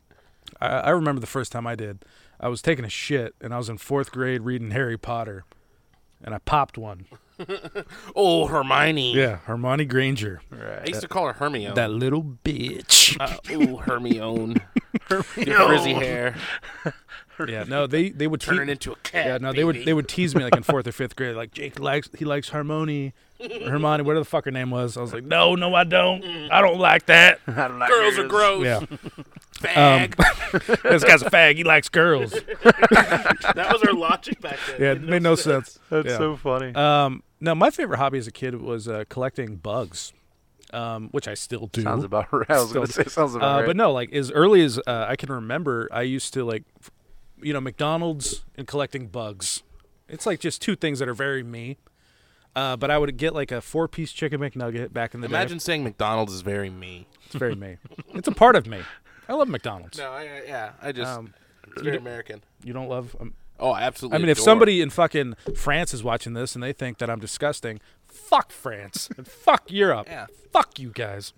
[SPEAKER 2] I, I remember the first time I did. I was taking a shit and I was in fourth grade reading Harry Potter, and I popped one.
[SPEAKER 1] Oh, Hermione.
[SPEAKER 2] Yeah, Hermione Granger,
[SPEAKER 1] I used to call her Hermione.
[SPEAKER 2] that little bitch.
[SPEAKER 1] uh, ooh, Hermione. Your frizzy hair.
[SPEAKER 2] yeah, no, they they would
[SPEAKER 1] Turn it
[SPEAKER 2] te-
[SPEAKER 1] into a cat.
[SPEAKER 2] Yeah, no, they would
[SPEAKER 1] baby.
[SPEAKER 2] they would tease me like in fourth or fifth grade, like Jake likes he likes Harmony, or Hermione, whatever the fuck her name was. I was like, no, no, I don't, I don't like that.
[SPEAKER 3] I don't know.
[SPEAKER 1] Girls are gross.
[SPEAKER 2] Yeah, Um,
[SPEAKER 1] Fag.
[SPEAKER 2] this guy's a fag. He likes girls.
[SPEAKER 1] that was our logic back then.
[SPEAKER 2] Yeah, it made no sense.
[SPEAKER 3] That's
[SPEAKER 2] Yeah.
[SPEAKER 3] so funny.
[SPEAKER 2] Um, no, my favorite hobby as a kid was uh, collecting bugs, um, which I still do.
[SPEAKER 3] sounds about right. I was
[SPEAKER 2] Still-
[SPEAKER 3] gonna say sounds
[SPEAKER 2] uh,
[SPEAKER 3] about right.
[SPEAKER 2] But no, like as early as uh, I can remember, I used to like, f- you know, McDonald's and collecting bugs. It's like just two things that are very me. Uh, but I would get like a four-piece chicken McNugget back in the
[SPEAKER 1] Imagine
[SPEAKER 2] day.
[SPEAKER 1] saying McDonald's is very me.
[SPEAKER 2] It's very me. it's a part of me. I love McDonald's.
[SPEAKER 1] No, I, I- yeah, I just
[SPEAKER 2] Um,
[SPEAKER 1] it's very American.
[SPEAKER 2] You don't love? Um,
[SPEAKER 1] Oh, I absolutely.
[SPEAKER 2] I mean, if
[SPEAKER 1] adore-
[SPEAKER 2] somebody in fucking France is watching this and they think that I'm disgusting, fuck France and fuck Europe.
[SPEAKER 1] Yeah.
[SPEAKER 2] Fuck you guys.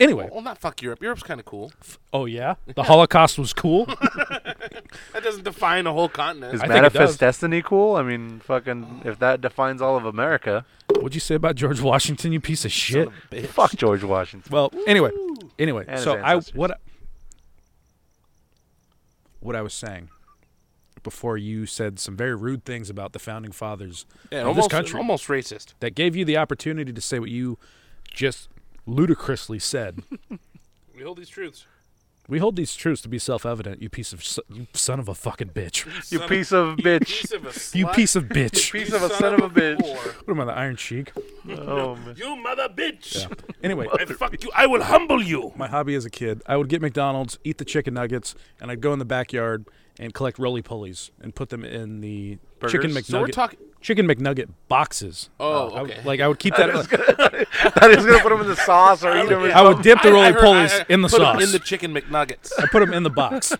[SPEAKER 2] Anyway,
[SPEAKER 1] well, not fuck Europe. Europe's kind of cool.
[SPEAKER 2] oh yeah, the Holocaust was cool.
[SPEAKER 1] That doesn't define a whole continent.
[SPEAKER 3] Is
[SPEAKER 2] I think it does.
[SPEAKER 3] manifest destiny cool? I mean, fucking, if that defines all of America,
[SPEAKER 2] What'd you say about George Washington? You piece of shit.
[SPEAKER 3] fuck George Washington.
[SPEAKER 2] Well, anyway, anyway,
[SPEAKER 3] And his
[SPEAKER 2] so I
[SPEAKER 3] ancestors.
[SPEAKER 2] what I- what I was saying before you said some very rude things about the founding fathers
[SPEAKER 1] Yeah,
[SPEAKER 2] of
[SPEAKER 1] almost,
[SPEAKER 2] this country
[SPEAKER 1] almost racist.
[SPEAKER 2] that gave you the opportunity to say what you just ludicrously said.
[SPEAKER 1] We hold these truths.
[SPEAKER 2] we hold these truths to be self-evident. You piece of s- you son of a fucking bitch.
[SPEAKER 3] You
[SPEAKER 1] son of-
[SPEAKER 3] piece of a bitch.
[SPEAKER 1] Piece of a
[SPEAKER 2] You
[SPEAKER 1] slut.
[SPEAKER 2] piece of bitch.
[SPEAKER 3] piece of a son of a bitch.
[SPEAKER 1] whore.
[SPEAKER 2] Put him on the Iron Cheek.
[SPEAKER 3] Oh, man.
[SPEAKER 1] You mother bitch.
[SPEAKER 2] Anyway,
[SPEAKER 1] I fuck you. I will humble you.
[SPEAKER 2] my hobby as a kid, I would get McDonald's, eat the chicken nuggets, and I'd go in the backyard and collect roly polies and put them in the chicken
[SPEAKER 3] Burgers?
[SPEAKER 2] McNugget
[SPEAKER 1] So we're talking.
[SPEAKER 2] chicken McNugget boxes. Uh,
[SPEAKER 1] Oh,
[SPEAKER 2] I would-
[SPEAKER 1] okay.
[SPEAKER 2] like I would keep that.
[SPEAKER 3] That is gonna put him in the sauce or eat him.
[SPEAKER 2] I would dip the
[SPEAKER 1] I- I
[SPEAKER 2] roly
[SPEAKER 1] heard-
[SPEAKER 2] polies
[SPEAKER 1] I- I
[SPEAKER 2] in the
[SPEAKER 1] put 'em
[SPEAKER 2] sauce.
[SPEAKER 1] In the chicken McNuggets.
[SPEAKER 2] I put them in the box,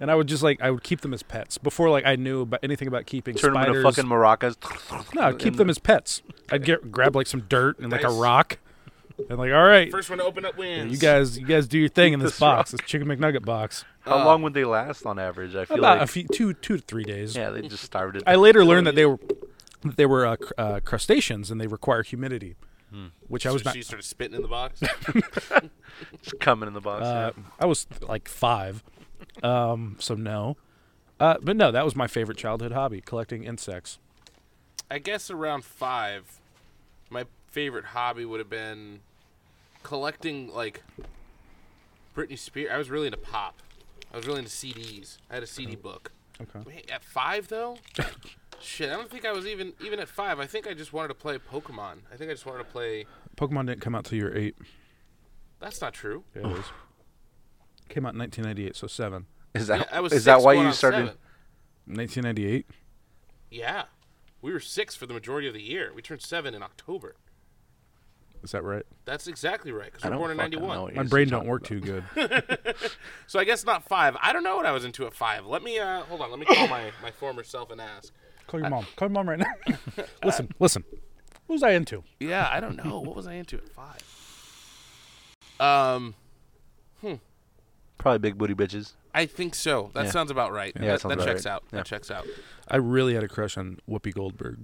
[SPEAKER 2] and I would just like I would keep them as pets before like I knew about anything about keeping
[SPEAKER 3] Turn him
[SPEAKER 2] spiders.
[SPEAKER 3] into fucking maracas.
[SPEAKER 2] no, I'd keep them as pets. I'd get grab like some dirt and like a
[SPEAKER 1] Nice.
[SPEAKER 2] rock, and like all right,
[SPEAKER 1] First one to open up wins.
[SPEAKER 2] you guys, you guys do your thing in this
[SPEAKER 3] this
[SPEAKER 2] box, this chicken McNugget box.
[SPEAKER 3] How long would they last on average? I
[SPEAKER 2] uh,
[SPEAKER 3] feel
[SPEAKER 2] About
[SPEAKER 3] like.
[SPEAKER 2] a few, two, two to three days.
[SPEAKER 3] yeah, they just starved it.
[SPEAKER 2] I later learned that they were that they were uh, cr- uh, crustaceans and they require humidity, which I was
[SPEAKER 1] So
[SPEAKER 2] not.
[SPEAKER 1] she started spitting in the box.
[SPEAKER 3] Just coming in the box.
[SPEAKER 2] Uh, I was like five, um, so no. Uh, but no, that was my favorite childhood hobby: collecting insects.
[SPEAKER 1] I guess around five, my favorite hobby would have been collecting like Britney Spears. I was really into pop. I was really into CDs. I had a CD book.
[SPEAKER 2] Okay.
[SPEAKER 1] Wait, at five though, shit. I don't think I was even even at five. I think I just wanted to play Pokemon. I think I just wanted to play.
[SPEAKER 2] Pokemon didn't come out till you were eight.
[SPEAKER 1] That's not true.
[SPEAKER 2] Yeah, it was. Came out in 1998, so seven.
[SPEAKER 3] yeah. Is that
[SPEAKER 1] I was. six
[SPEAKER 3] is that why
[SPEAKER 1] going
[SPEAKER 3] you
[SPEAKER 1] on
[SPEAKER 3] started?
[SPEAKER 1] seven.
[SPEAKER 2] 1998.
[SPEAKER 1] Yeah, we were six for the majority of the year. We turned seven in October.
[SPEAKER 2] Is that right?
[SPEAKER 1] That's exactly right because
[SPEAKER 3] I
[SPEAKER 1] we were
[SPEAKER 3] don't
[SPEAKER 1] born in
[SPEAKER 3] fucking
[SPEAKER 1] '91.
[SPEAKER 3] know what
[SPEAKER 2] My
[SPEAKER 3] you're
[SPEAKER 2] brain
[SPEAKER 3] talking
[SPEAKER 2] don't work too good.
[SPEAKER 1] So I guess not five. I don't know what I was into at five. Let me uh, hold on. Let me call my, my former self and ask.
[SPEAKER 2] Call your mom. Call your mom right now. listen, listen. What was I into?
[SPEAKER 1] Yeah, I don't know. What was I into at five? Um,
[SPEAKER 3] about. Probably big booty bitches.
[SPEAKER 1] I think so. That
[SPEAKER 3] Yeah.
[SPEAKER 1] sounds about right.
[SPEAKER 3] that
[SPEAKER 1] that,
[SPEAKER 3] sounds
[SPEAKER 1] that
[SPEAKER 3] about
[SPEAKER 1] checks
[SPEAKER 3] right.
[SPEAKER 1] out.
[SPEAKER 3] Yeah.
[SPEAKER 1] That checks out.
[SPEAKER 2] I really had a crush on Whoopi Goldberg.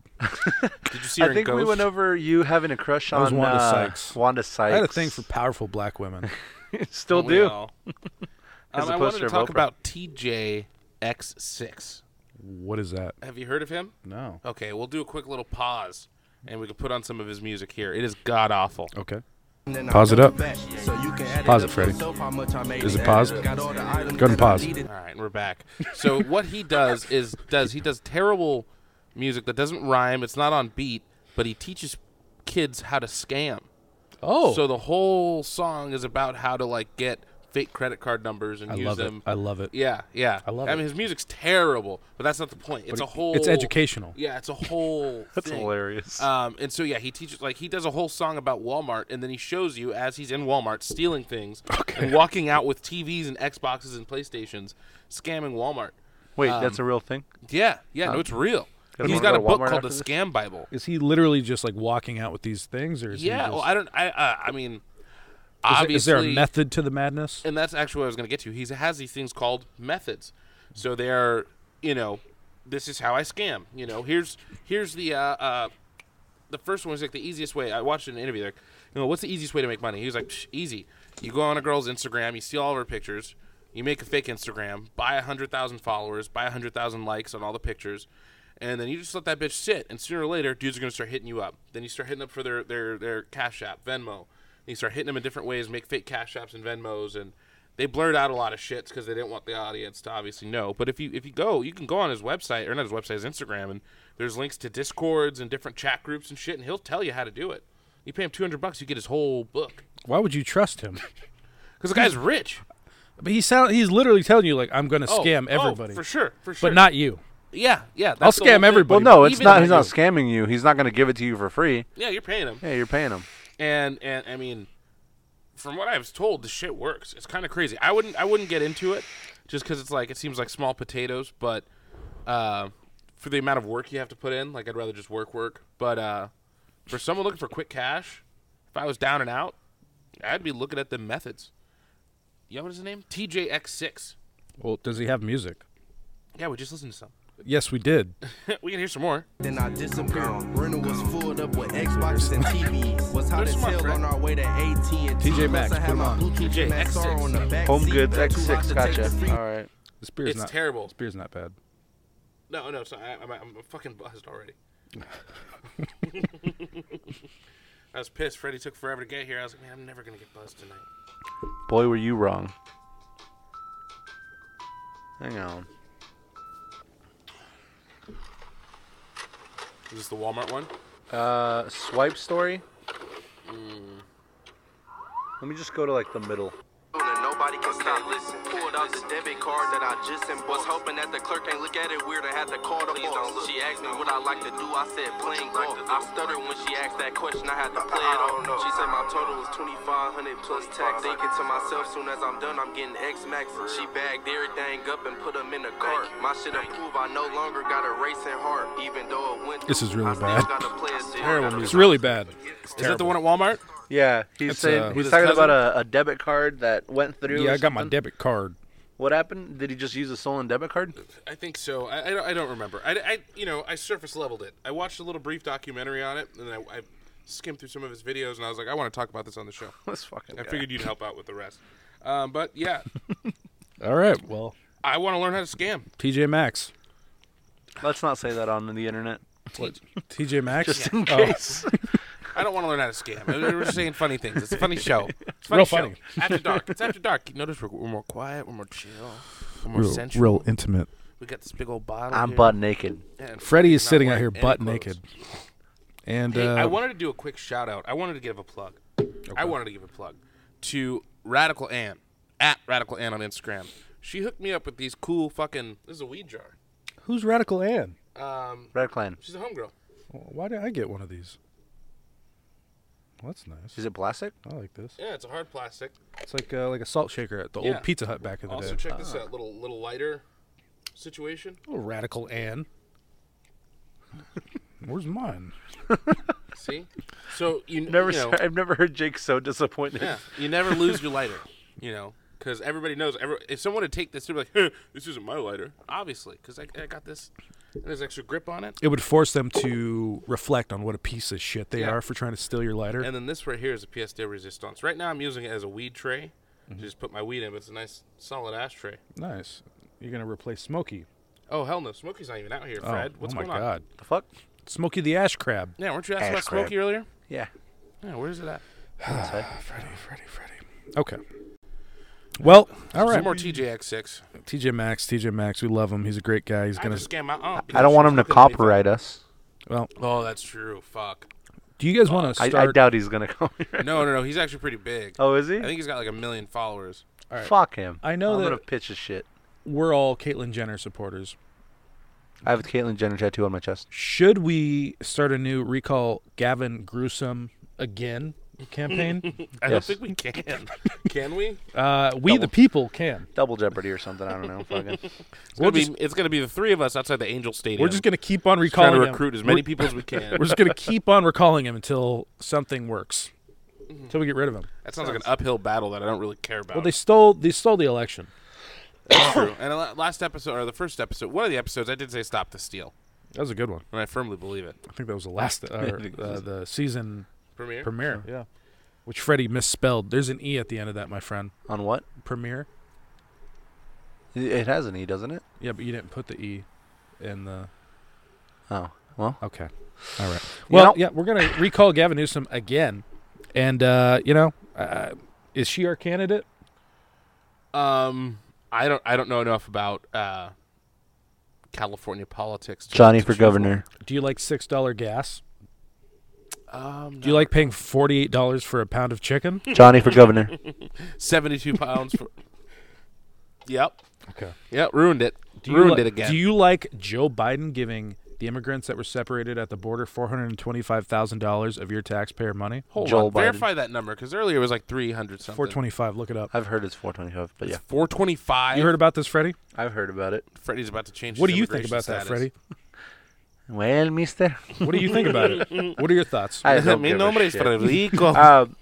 [SPEAKER 1] Did you see her
[SPEAKER 3] I think
[SPEAKER 1] in
[SPEAKER 3] we
[SPEAKER 1] Ghost?
[SPEAKER 3] went over you having a crush
[SPEAKER 2] was
[SPEAKER 3] on
[SPEAKER 2] Wanda
[SPEAKER 3] uh,
[SPEAKER 2] Sykes.
[SPEAKER 3] Wanda Sykes.
[SPEAKER 2] I had a thing for powerful black women.
[SPEAKER 3] Still
[SPEAKER 1] Don't we
[SPEAKER 3] do.
[SPEAKER 1] all? um, I
[SPEAKER 3] a
[SPEAKER 1] wanted
[SPEAKER 3] poster
[SPEAKER 1] to
[SPEAKER 3] of
[SPEAKER 1] talk
[SPEAKER 3] Oprah.
[SPEAKER 1] about TJX6.
[SPEAKER 2] what is that?
[SPEAKER 1] Have you heard of him?
[SPEAKER 2] No.
[SPEAKER 1] Okay, we'll do a quick little pause, and we can put on some of his music here. It is god awful.
[SPEAKER 2] Okay.
[SPEAKER 4] Pause it up. Pause it, Freddie. Is it paused? Go ahead and pause.
[SPEAKER 1] All right, we're back. So what he does is does he does terrible music that doesn't rhyme. It's not on beat, but he teaches kids how to scam.
[SPEAKER 2] Oh.
[SPEAKER 1] So the whole song is about how to like get fake credit card numbers and
[SPEAKER 2] I
[SPEAKER 1] use
[SPEAKER 2] love it.
[SPEAKER 1] them.
[SPEAKER 2] I love it.
[SPEAKER 1] yeah, yeah. I
[SPEAKER 2] love
[SPEAKER 1] I
[SPEAKER 2] it.
[SPEAKER 1] mean, his music's terrible, but that's not the point. It's a whole.
[SPEAKER 2] It's educational.
[SPEAKER 1] Yeah, it's a whole.
[SPEAKER 3] That's
[SPEAKER 1] thing.
[SPEAKER 3] hilarious.
[SPEAKER 1] Um, and so yeah, he teaches like he does a whole song about Walmart, and then he shows you as he's in Walmart stealing things and walking out with TVs and Xboxes and PlayStations, scamming Walmart. um,
[SPEAKER 3] Wait, that's a real thing.
[SPEAKER 1] Yeah, yeah, no, it's real.
[SPEAKER 3] Gotta
[SPEAKER 1] He's got a
[SPEAKER 3] wanna go to
[SPEAKER 1] book
[SPEAKER 3] Walmart
[SPEAKER 1] called
[SPEAKER 3] after
[SPEAKER 1] the
[SPEAKER 3] this?
[SPEAKER 1] Scam Bible.
[SPEAKER 2] Is he literally just like walking out with these things, or is he
[SPEAKER 1] Yeah, well,
[SPEAKER 2] just-
[SPEAKER 1] I don't. I uh, I mean,
[SPEAKER 2] is there-
[SPEAKER 1] obviously,
[SPEAKER 2] is there a method to the madness?
[SPEAKER 1] and that's actually what I was going to get to. He has these things called methods. So they're, you know, this is how I scam. You know, here's here's the uh, uh the first one was like the easiest way. I watched an interview like, you know, what's the easiest way to make money? He was like, "Psh, easy. You go on a girl's Instagram, you see all of her pictures, you make a fake Instagram, buy a hundred thousand followers, buy a hundred thousand likes on all the pictures. And then you just let that bitch sit, and sooner or later, dudes are gonna start hitting you up. Then you start hitting up for their their their Cash App, Venmo. And you start hitting them in different ways, make fake Cash Apps and Venmos, and they blurred out a lot of shits because they didn't want the audience to obviously know. But if you if you go, you can go on his website or not his website, his Instagram, and there's links to discords and different chat groups and shit, and he'll tell you how to do it. You pay him two hundred bucks, you get his whole book
[SPEAKER 2] Why would you trust him?
[SPEAKER 1] because the guy's rich.
[SPEAKER 2] But he sound he's literally telling you like I'm going to
[SPEAKER 1] Oh,
[SPEAKER 2] scam
[SPEAKER 1] oh,
[SPEAKER 2] everybody,
[SPEAKER 1] for sure, for sure.
[SPEAKER 2] but not you.
[SPEAKER 1] yeah, yeah.
[SPEAKER 2] I'll
[SPEAKER 1] that's the whole
[SPEAKER 2] scam
[SPEAKER 1] thing.
[SPEAKER 2] everybody.
[SPEAKER 3] Well, no, it's
[SPEAKER 1] Even
[SPEAKER 3] not.
[SPEAKER 1] if
[SPEAKER 3] He's
[SPEAKER 1] I
[SPEAKER 3] not scamming you. He's not going to give it to you for free.
[SPEAKER 1] Yeah, you're paying him.
[SPEAKER 3] Yeah, you're paying him.
[SPEAKER 1] and and I mean, from what I was told, the shit works. It's kind of crazy. I wouldn't I wouldn't get into it, just because it's like it seems like small potatoes. But uh, for the amount of work you have to put in, like I'd rather just work work. But uh, for someone looking for quick cash, if I was down and out, I'd be looking at the methods. You know what is his name? TJX6.
[SPEAKER 2] Well, does he have music?
[SPEAKER 1] Yeah, we just listened to some.
[SPEAKER 2] Yes, we did.
[SPEAKER 1] we can hear some more.
[SPEAKER 4] Then I disappeared. Rental was filled up with Xboxes and TVs. Was hot
[SPEAKER 1] They're
[SPEAKER 4] as
[SPEAKER 1] smart,
[SPEAKER 4] hell
[SPEAKER 1] right?
[SPEAKER 4] on our way to AT&T.
[SPEAKER 2] TJ Maxx,
[SPEAKER 4] Plus I had
[SPEAKER 2] put 'em
[SPEAKER 4] my
[SPEAKER 2] on.
[SPEAKER 4] Bluetooth
[SPEAKER 1] TJ
[SPEAKER 4] Maxx
[SPEAKER 1] X6.
[SPEAKER 4] on the back
[SPEAKER 3] Home
[SPEAKER 4] seat,
[SPEAKER 3] goods
[SPEAKER 4] but too hot
[SPEAKER 3] X6.
[SPEAKER 4] to
[SPEAKER 3] Gotcha.
[SPEAKER 4] take the
[SPEAKER 3] All right.
[SPEAKER 2] This beer's
[SPEAKER 1] It's
[SPEAKER 2] not
[SPEAKER 1] terrible.
[SPEAKER 2] This beer's not bad.
[SPEAKER 1] No, no, it's not. I, I'm, I'm fucking buzzed already. I was pissed. Freddie took forever to get here. I was like, man, I'm never gonna get buzzed tonight.
[SPEAKER 3] Boy, were you wrong. Hang on.
[SPEAKER 1] Is this the Walmart one?
[SPEAKER 3] Uh, swipe story. Mm. Let me just go to like the middle.
[SPEAKER 4] And Nobody can stop. Listen, pulled out the debit card that I just and was hoping that the clerk ain't look at it weird and had to call the boss. She asked me what I like to do. I said playing golf. I stuttered when she asked that question. I had to play it off. She said my total was 2,500 plus tax. Thinking to myself, soon as I'm done, I'm getting X Max. She bagged everything up and put 'em in a cart. My shit improved. I no longer got a racing heart, even though it went.
[SPEAKER 2] This is
[SPEAKER 4] through.
[SPEAKER 2] really
[SPEAKER 4] I still
[SPEAKER 2] bad.
[SPEAKER 4] gotta play it.
[SPEAKER 1] Terrible
[SPEAKER 2] It's
[SPEAKER 1] music.
[SPEAKER 2] really bad.
[SPEAKER 1] Is
[SPEAKER 2] It's
[SPEAKER 1] that the
[SPEAKER 2] terrible.
[SPEAKER 1] one at Walmart?
[SPEAKER 3] Yeah, he's
[SPEAKER 2] That's,
[SPEAKER 3] saying
[SPEAKER 2] uh,
[SPEAKER 1] with
[SPEAKER 3] he's
[SPEAKER 1] his
[SPEAKER 3] talking
[SPEAKER 1] cousin?
[SPEAKER 3] about a, a debit card that went through.
[SPEAKER 2] Yeah,
[SPEAKER 3] or
[SPEAKER 2] I got my
[SPEAKER 3] something.
[SPEAKER 2] debit card.
[SPEAKER 3] What happened? Did he just use a stolen debit card?
[SPEAKER 1] I think so. I, I, don't, I don't remember. I, I, you know, I surface leveled it. I watched a little brief documentary on it, and I, I skimmed through some of his videos, and I was like, I want to talk about this on the show.
[SPEAKER 3] Let's fucking.
[SPEAKER 1] I
[SPEAKER 3] guy.
[SPEAKER 1] figured you'd help out with the rest. Um, but yeah,
[SPEAKER 2] All right. Well,
[SPEAKER 1] I want to learn how to scam.
[SPEAKER 2] TJ Maxx.
[SPEAKER 3] Let's not say that on the internet.
[SPEAKER 2] TJ Maxx.
[SPEAKER 3] Just in
[SPEAKER 2] Oh,
[SPEAKER 3] case.
[SPEAKER 1] I don't want to learn how to scam. We're just saying funny things. It's a funny show. It's a funny
[SPEAKER 2] Real
[SPEAKER 1] show.
[SPEAKER 2] funny.
[SPEAKER 1] After dark. It's after dark. You notice we're, we're more quiet. We're more chill. We're more
[SPEAKER 2] real,
[SPEAKER 1] sensual.
[SPEAKER 2] real intimate.
[SPEAKER 1] We got this big old bottle.
[SPEAKER 3] I'm
[SPEAKER 1] here.
[SPEAKER 3] butt naked.
[SPEAKER 1] And
[SPEAKER 2] Freddie is
[SPEAKER 1] not
[SPEAKER 2] sitting out
[SPEAKER 1] wearing
[SPEAKER 2] here
[SPEAKER 1] any
[SPEAKER 2] butt
[SPEAKER 1] clothes.
[SPEAKER 2] naked. And
[SPEAKER 1] Hey,
[SPEAKER 2] uh,
[SPEAKER 1] I wanted to do a quick shout out. I wanted to give a plug. I wanted to give a plug to Radical Ann at Radical Ann on Instagram. She hooked me up with these cool fucking. This is a weed jar.
[SPEAKER 2] who's Radical Ann?
[SPEAKER 1] Um,
[SPEAKER 3] Red Clan.
[SPEAKER 1] she's a homegirl.
[SPEAKER 2] Why did I get one of these? Well, that's nice.
[SPEAKER 3] Is it plastic?
[SPEAKER 2] I like this.
[SPEAKER 1] Yeah, it's a hard plastic.
[SPEAKER 2] It's like uh, like a salt shaker at the
[SPEAKER 1] Yeah.
[SPEAKER 2] old Pizza Hut back in the
[SPEAKER 1] Also,
[SPEAKER 2] day.
[SPEAKER 1] check this out. Little little lighter situation.
[SPEAKER 2] Oh, Radical Ann. Where's mine?
[SPEAKER 1] See, so you
[SPEAKER 3] Never.
[SPEAKER 1] You know,
[SPEAKER 3] saw- I've never heard Jake so disappointed.
[SPEAKER 1] Yeah, you never lose your lighter, you know, because everybody knows. Every, if someone would take this, they'd be like, "Huh, "This isn't my lighter," obviously, because I, I got this. And there's extra grip on it,
[SPEAKER 2] It would force them to reflect on what a piece of shit they
[SPEAKER 1] Yeah.
[SPEAKER 2] are for trying to steal your lighter.
[SPEAKER 1] and then this right here is a pièce de résistance. Right now, I'm using it as a weed tray.
[SPEAKER 2] Mm-hmm.
[SPEAKER 1] Just put my weed in, but it's a nice, solid ashtray.
[SPEAKER 2] nice. You're gonna replace Smokey.
[SPEAKER 1] Oh hell no, Smokey's not even out here,
[SPEAKER 2] Oh,
[SPEAKER 1] Fred. What's
[SPEAKER 2] oh my
[SPEAKER 1] going on?
[SPEAKER 2] god,
[SPEAKER 3] The fuck?
[SPEAKER 2] Smokey the Ash Crab.
[SPEAKER 1] Yeah, weren't you asking
[SPEAKER 3] Ash
[SPEAKER 1] about Smokey
[SPEAKER 3] crab.
[SPEAKER 1] earlier?
[SPEAKER 3] Yeah.
[SPEAKER 1] Yeah, where's it at?
[SPEAKER 2] Freddy, Freddy, Freddy. Okay. Well, all
[SPEAKER 1] Some
[SPEAKER 2] right.
[SPEAKER 1] more TJX6.
[SPEAKER 2] TJ Maxx, TJ Maxx, we love him. He's a great guy. He's
[SPEAKER 1] I
[SPEAKER 2] gonna.
[SPEAKER 1] just scam my oh, aunt.
[SPEAKER 3] I don't want him to
[SPEAKER 1] because she was looking at me
[SPEAKER 3] copyright us.
[SPEAKER 2] Well,
[SPEAKER 1] funny. Oh, that's true. Fuck.
[SPEAKER 2] do you guys want to
[SPEAKER 3] I,
[SPEAKER 2] start?
[SPEAKER 3] I doubt he's gonna copyright.
[SPEAKER 1] No, no, no. He's actually pretty big.
[SPEAKER 3] Oh, is he?
[SPEAKER 1] I think he's got like a million followers.
[SPEAKER 2] right.
[SPEAKER 3] Fuck him.
[SPEAKER 2] I know
[SPEAKER 3] I'm
[SPEAKER 2] that-
[SPEAKER 3] gonna pitch his shit.
[SPEAKER 2] We're all Caitlyn Jenner supporters.
[SPEAKER 3] I have a Caitlyn Jenner tattoo on my chest.
[SPEAKER 2] Should we start a new recall Gavin Gruesome again? campaign?
[SPEAKER 1] I
[SPEAKER 3] Yes.
[SPEAKER 1] don't think we can. can we?
[SPEAKER 2] Uh, we the people can.
[SPEAKER 3] Double Jeopardy or something. I don't know. Fucking.
[SPEAKER 1] It's gonna, be, it's gonna be the three of us outside the Angel Stadium.
[SPEAKER 2] We're just gonna keep on
[SPEAKER 1] trying
[SPEAKER 2] recalling
[SPEAKER 1] to
[SPEAKER 2] him.
[SPEAKER 1] recruit as many
[SPEAKER 2] We're-
[SPEAKER 1] people as we can.
[SPEAKER 2] We're just gonna keep on recalling him until something works, until we get rid of him.
[SPEAKER 1] that sounds like an uphill battle that I don't really care about.
[SPEAKER 2] Well, they stole they stole the election.
[SPEAKER 1] That's true. And la- last episode or the first episode, one of the episodes, I did say stop the steal,
[SPEAKER 2] That was a good one.
[SPEAKER 1] and I firmly believe it.
[SPEAKER 2] I think that was the last uh, or, uh, the season
[SPEAKER 1] Premiere.
[SPEAKER 2] premiere. Yeah, which Freddie misspelled. There's an e at the end of that, my friend.
[SPEAKER 3] On what?
[SPEAKER 2] Premiere.
[SPEAKER 3] It- It has an E, doesn't it?
[SPEAKER 2] Yeah, but you didn't put the e in the.
[SPEAKER 3] Oh. Well,
[SPEAKER 2] Okay. All right. Well,
[SPEAKER 3] know-
[SPEAKER 2] yeah, we're gonna recall Gavin Newsom again, and uh, you know, uh, is she our candidate?
[SPEAKER 1] Um, I don't. I don't know enough about uh, California politics. to-
[SPEAKER 3] Johnny
[SPEAKER 1] to
[SPEAKER 3] for
[SPEAKER 1] choose
[SPEAKER 3] governor.
[SPEAKER 2] Do you like six dollar gas?
[SPEAKER 1] one. Um,
[SPEAKER 2] Do you like paying forty eight dollars for a pound of chicken?
[SPEAKER 3] Johnny for governor.
[SPEAKER 1] seventy-two pounds for? Yep.
[SPEAKER 2] Okay.
[SPEAKER 1] Yep. Ruined it.
[SPEAKER 2] Do you
[SPEAKER 1] ruined
[SPEAKER 2] li-
[SPEAKER 1] it again.
[SPEAKER 2] Do you like Joe Biden giving the immigrants that were separated at the border four hundred and twenty five thousand dollars of your taxpayer money?
[SPEAKER 1] Hold
[SPEAKER 3] Joel
[SPEAKER 1] on.
[SPEAKER 3] Biden.
[SPEAKER 1] Verify that number because earlier it was like three hundred something.
[SPEAKER 2] Four twenty five. Look it up.
[SPEAKER 3] I've heard it's 425, but yeah,
[SPEAKER 1] Four twenty-five.
[SPEAKER 2] You heard about this, Freddie?
[SPEAKER 3] I've heard about it.
[SPEAKER 1] Freddie's about to change.
[SPEAKER 2] What do
[SPEAKER 1] his
[SPEAKER 2] you think
[SPEAKER 1] immigration
[SPEAKER 2] about that,
[SPEAKER 1] status.
[SPEAKER 2] Freddie?
[SPEAKER 3] Well, Mister.
[SPEAKER 2] What do you think about it? What are your thoughts?
[SPEAKER 3] I don't
[SPEAKER 1] Mi
[SPEAKER 3] give a
[SPEAKER 1] nombre es
[SPEAKER 3] shit.
[SPEAKER 1] Federico.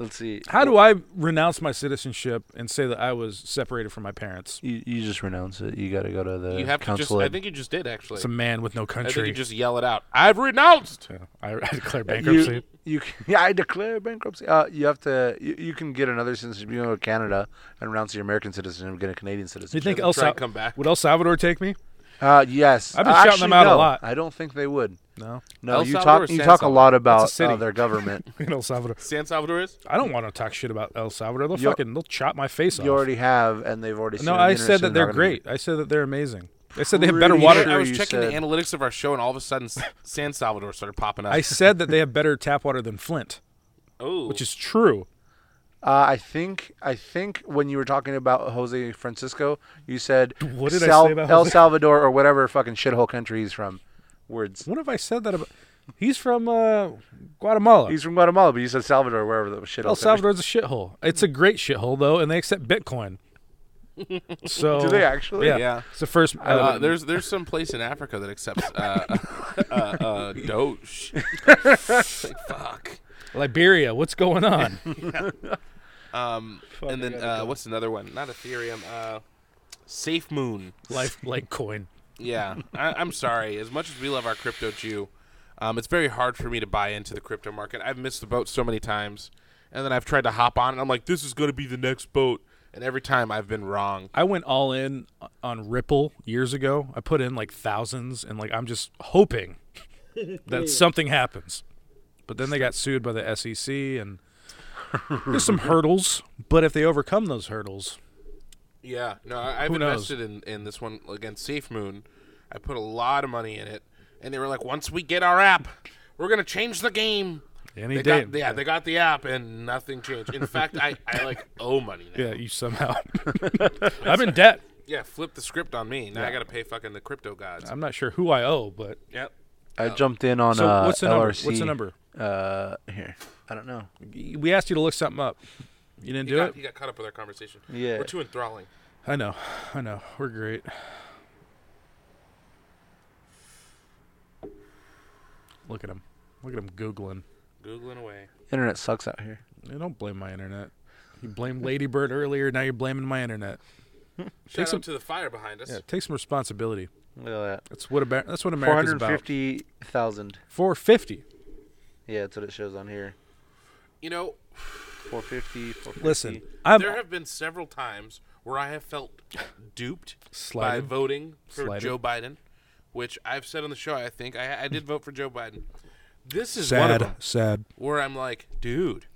[SPEAKER 3] Um, let's see.
[SPEAKER 2] How do I renounce my citizenship and say that I was separated from my parents?
[SPEAKER 3] You, you just renounce it. You got to go to the
[SPEAKER 1] you have to just. I
[SPEAKER 3] consulate.
[SPEAKER 1] think you just did actually.
[SPEAKER 2] It's a man with no
[SPEAKER 1] I think
[SPEAKER 2] country.
[SPEAKER 1] you just yell it out. I've renounced.
[SPEAKER 2] Yeah, I, I declare
[SPEAKER 3] you,
[SPEAKER 2] bankruptcy.
[SPEAKER 3] you can- yeah, I declare bankruptcy. Uh, you have to. You, you can get another citizenship. You can go to Canada and renounce your American citizenship and get a Canadian
[SPEAKER 2] You
[SPEAKER 3] citizenship.
[SPEAKER 2] think
[SPEAKER 1] Try
[SPEAKER 2] El
[SPEAKER 1] and
[SPEAKER 2] Sa-
[SPEAKER 1] come back.
[SPEAKER 2] would El Salvador take me?
[SPEAKER 3] Uh, yes.
[SPEAKER 2] I've been
[SPEAKER 3] Uh,
[SPEAKER 2] shouting
[SPEAKER 3] actually,
[SPEAKER 2] them out a
[SPEAKER 3] no,
[SPEAKER 2] lot.
[SPEAKER 3] I don't think they would.
[SPEAKER 2] No,
[SPEAKER 3] No,
[SPEAKER 1] El
[SPEAKER 3] you
[SPEAKER 1] Salvador
[SPEAKER 3] talk.
[SPEAKER 1] or
[SPEAKER 3] You
[SPEAKER 1] San
[SPEAKER 3] talk a lot about
[SPEAKER 2] That's a
[SPEAKER 3] uh,
[SPEAKER 2] city.
[SPEAKER 3] their government.
[SPEAKER 2] in El Salvador.
[SPEAKER 1] San Salvador is.
[SPEAKER 2] I don't want to talk shit about El Salvador. They'll
[SPEAKER 3] You're-
[SPEAKER 2] fucking they'll chop my face
[SPEAKER 3] you
[SPEAKER 2] off.
[SPEAKER 3] already have, and they've already. seen
[SPEAKER 2] No,
[SPEAKER 3] it.
[SPEAKER 2] I
[SPEAKER 3] The
[SPEAKER 2] said
[SPEAKER 3] internet's
[SPEAKER 2] that they're
[SPEAKER 3] not gonna be-
[SPEAKER 2] great. I said that they're amazing. I said they have better
[SPEAKER 3] Pretty
[SPEAKER 2] water.
[SPEAKER 3] sure
[SPEAKER 1] I was
[SPEAKER 3] you
[SPEAKER 1] checking the
[SPEAKER 3] said-
[SPEAKER 1] analytics of our show, and all of a sudden, S- San Salvador started popping up.
[SPEAKER 2] I said that they have better tap water than Flint,
[SPEAKER 1] oh,
[SPEAKER 2] which is true.
[SPEAKER 3] Uh, I think I think when you were talking about Jose Francisco, you said
[SPEAKER 2] What did I
[SPEAKER 3] Sal-
[SPEAKER 2] say about
[SPEAKER 3] El
[SPEAKER 2] Jose?
[SPEAKER 3] Salvador or whatever fucking shithole country he's from. Words.
[SPEAKER 2] What have I said that about? He's from uh, Guatemala.
[SPEAKER 3] He's from Guatemala, but you said Salvador, wherever the shithole.
[SPEAKER 2] El
[SPEAKER 3] country-
[SPEAKER 2] Salvador's a shithole. It's a great shithole though, and they accept Bitcoin. So
[SPEAKER 3] Do they actually?
[SPEAKER 2] Yeah,
[SPEAKER 1] Yeah.
[SPEAKER 2] it's the first. Uh,
[SPEAKER 1] Uh, there's there's some place in Africa that accepts uh, uh, uh, Doge. Like, fuck.
[SPEAKER 2] Liberia. What's going on?
[SPEAKER 1] Um, and then uh, what's another one? Not Ethereum. Uh, Safe Moon.
[SPEAKER 2] Life Litecoin.
[SPEAKER 1] Yeah, I, I'm sorry. As much as we love our crypto Jew, um, it's very hard for me to buy into the crypto market. I've missed the boat so many times, and then I've tried to hop on, and I'm like, this is going to be the next boat, and every time I've been wrong.
[SPEAKER 2] I went all in on Ripple years ago. I put in like thousands, and like I'm just hoping that something happens. But then they got sued by the SEC, and there's some hurdles. But if they overcome those hurdles,
[SPEAKER 1] Yeah, no, I, I've
[SPEAKER 2] Who knows?
[SPEAKER 1] invested in, in this one against Safe Moon. I put a lot of money in it, and they were like, once we get our app, we're gonna change the game.
[SPEAKER 2] Any
[SPEAKER 1] they
[SPEAKER 2] day.
[SPEAKER 1] got, yeah, they got the app, and nothing changed. In fact, I, I like owe money now.
[SPEAKER 2] yeah, you somehow I'm in debt.
[SPEAKER 1] Yeah, flip the script on me. Now I gotta pay fucking the crypto gods.
[SPEAKER 2] I'm not sure who I owe, but
[SPEAKER 1] yep.
[SPEAKER 3] I jumped in on
[SPEAKER 2] So
[SPEAKER 3] uh,
[SPEAKER 2] what's the number?
[SPEAKER 3] LRC.
[SPEAKER 2] What's the number?
[SPEAKER 3] Uh, here. I don't know.
[SPEAKER 2] we asked you to look something up. You didn't
[SPEAKER 1] He
[SPEAKER 2] do
[SPEAKER 1] got,
[SPEAKER 2] it.
[SPEAKER 1] he got caught up with our conversation.
[SPEAKER 3] Yeah.
[SPEAKER 1] We're too enthralling.
[SPEAKER 2] I know. I know. We're great. Look at him. Look at him googling.
[SPEAKER 1] Googling away.
[SPEAKER 3] Internet sucks out here.
[SPEAKER 2] Yeah, don't blame my internet. You blamed Ladybird earlier. Now you're blaming my internet.
[SPEAKER 1] Shout out
[SPEAKER 2] some-
[SPEAKER 1] to the fire behind us.
[SPEAKER 2] Yeah, take some responsibility.
[SPEAKER 3] Look at that.
[SPEAKER 2] That's what about. That's what
[SPEAKER 3] Four
[SPEAKER 2] America's
[SPEAKER 3] hundred
[SPEAKER 2] about.
[SPEAKER 3] fifty thousand.
[SPEAKER 2] Four fifty.
[SPEAKER 3] Yeah, that's what it shows on here.
[SPEAKER 1] You know,
[SPEAKER 3] 450, 450.
[SPEAKER 2] Listen, I'm
[SPEAKER 1] there have been several times where I have felt duped by
[SPEAKER 2] Slighted.
[SPEAKER 1] voting for
[SPEAKER 2] Slighted.
[SPEAKER 1] Joe Biden, which I've said on the show. I think I, I did vote for Joe Biden. This is one of
[SPEAKER 2] sad.
[SPEAKER 1] them
[SPEAKER 2] Sad.
[SPEAKER 1] where I'm like, dude,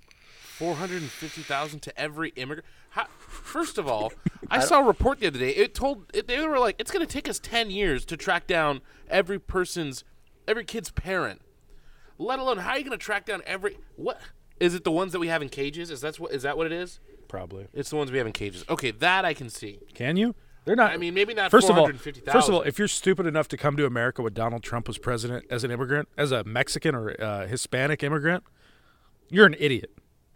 [SPEAKER 1] four hundred and fifty thousand to every immigrant. How, first of all, I, saw a report the other day. It told it, they were like, it's going to take us ten years to track down every person's, every kid's parent. Let alone how are you going to track down every what? Is it the ones that we have in cages? Is that's what is that what it is?
[SPEAKER 2] Probably.
[SPEAKER 1] It's the ones we have in cages. Okay, that I can see.
[SPEAKER 2] Can you? They're not.
[SPEAKER 1] I mean, maybe not
[SPEAKER 2] First of all, first of
[SPEAKER 1] 450,000.
[SPEAKER 2] all, if you're stupid enough to come to America when Donald Trump was president as an immigrant, as a Mexican or uh, Hispanic immigrant, You're an idiot.